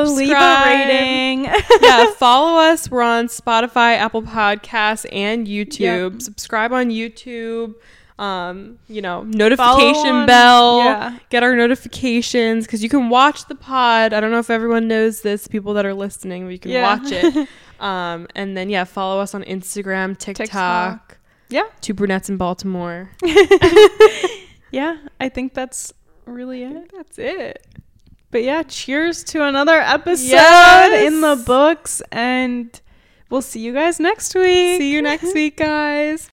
Speaker 2: comment, subscribe.
Speaker 1: leave a rating.
Speaker 2: yeah, follow us. We're on Spotify, Apple Podcasts, and YouTube. Subscribe on YouTube. Um, you know, notification
Speaker 1: on-
Speaker 2: bell.
Speaker 1: yeah.
Speaker 2: Get our notifications because you can watch the pod. I don't know if everyone knows this. People that are listening, but you can
Speaker 1: Yeah.
Speaker 2: watch it. Um, and then yeah, follow us on Instagram, TikTok,
Speaker 1: TikTok. yeah.
Speaker 2: Two Brunettes in Baltimore.
Speaker 1: Yeah. I think that's really it.
Speaker 2: That's it.
Speaker 1: But yeah, cheers to another episode
Speaker 2: Yes.
Speaker 1: in the books, and we'll see you guys next week.
Speaker 2: See you next week, guys.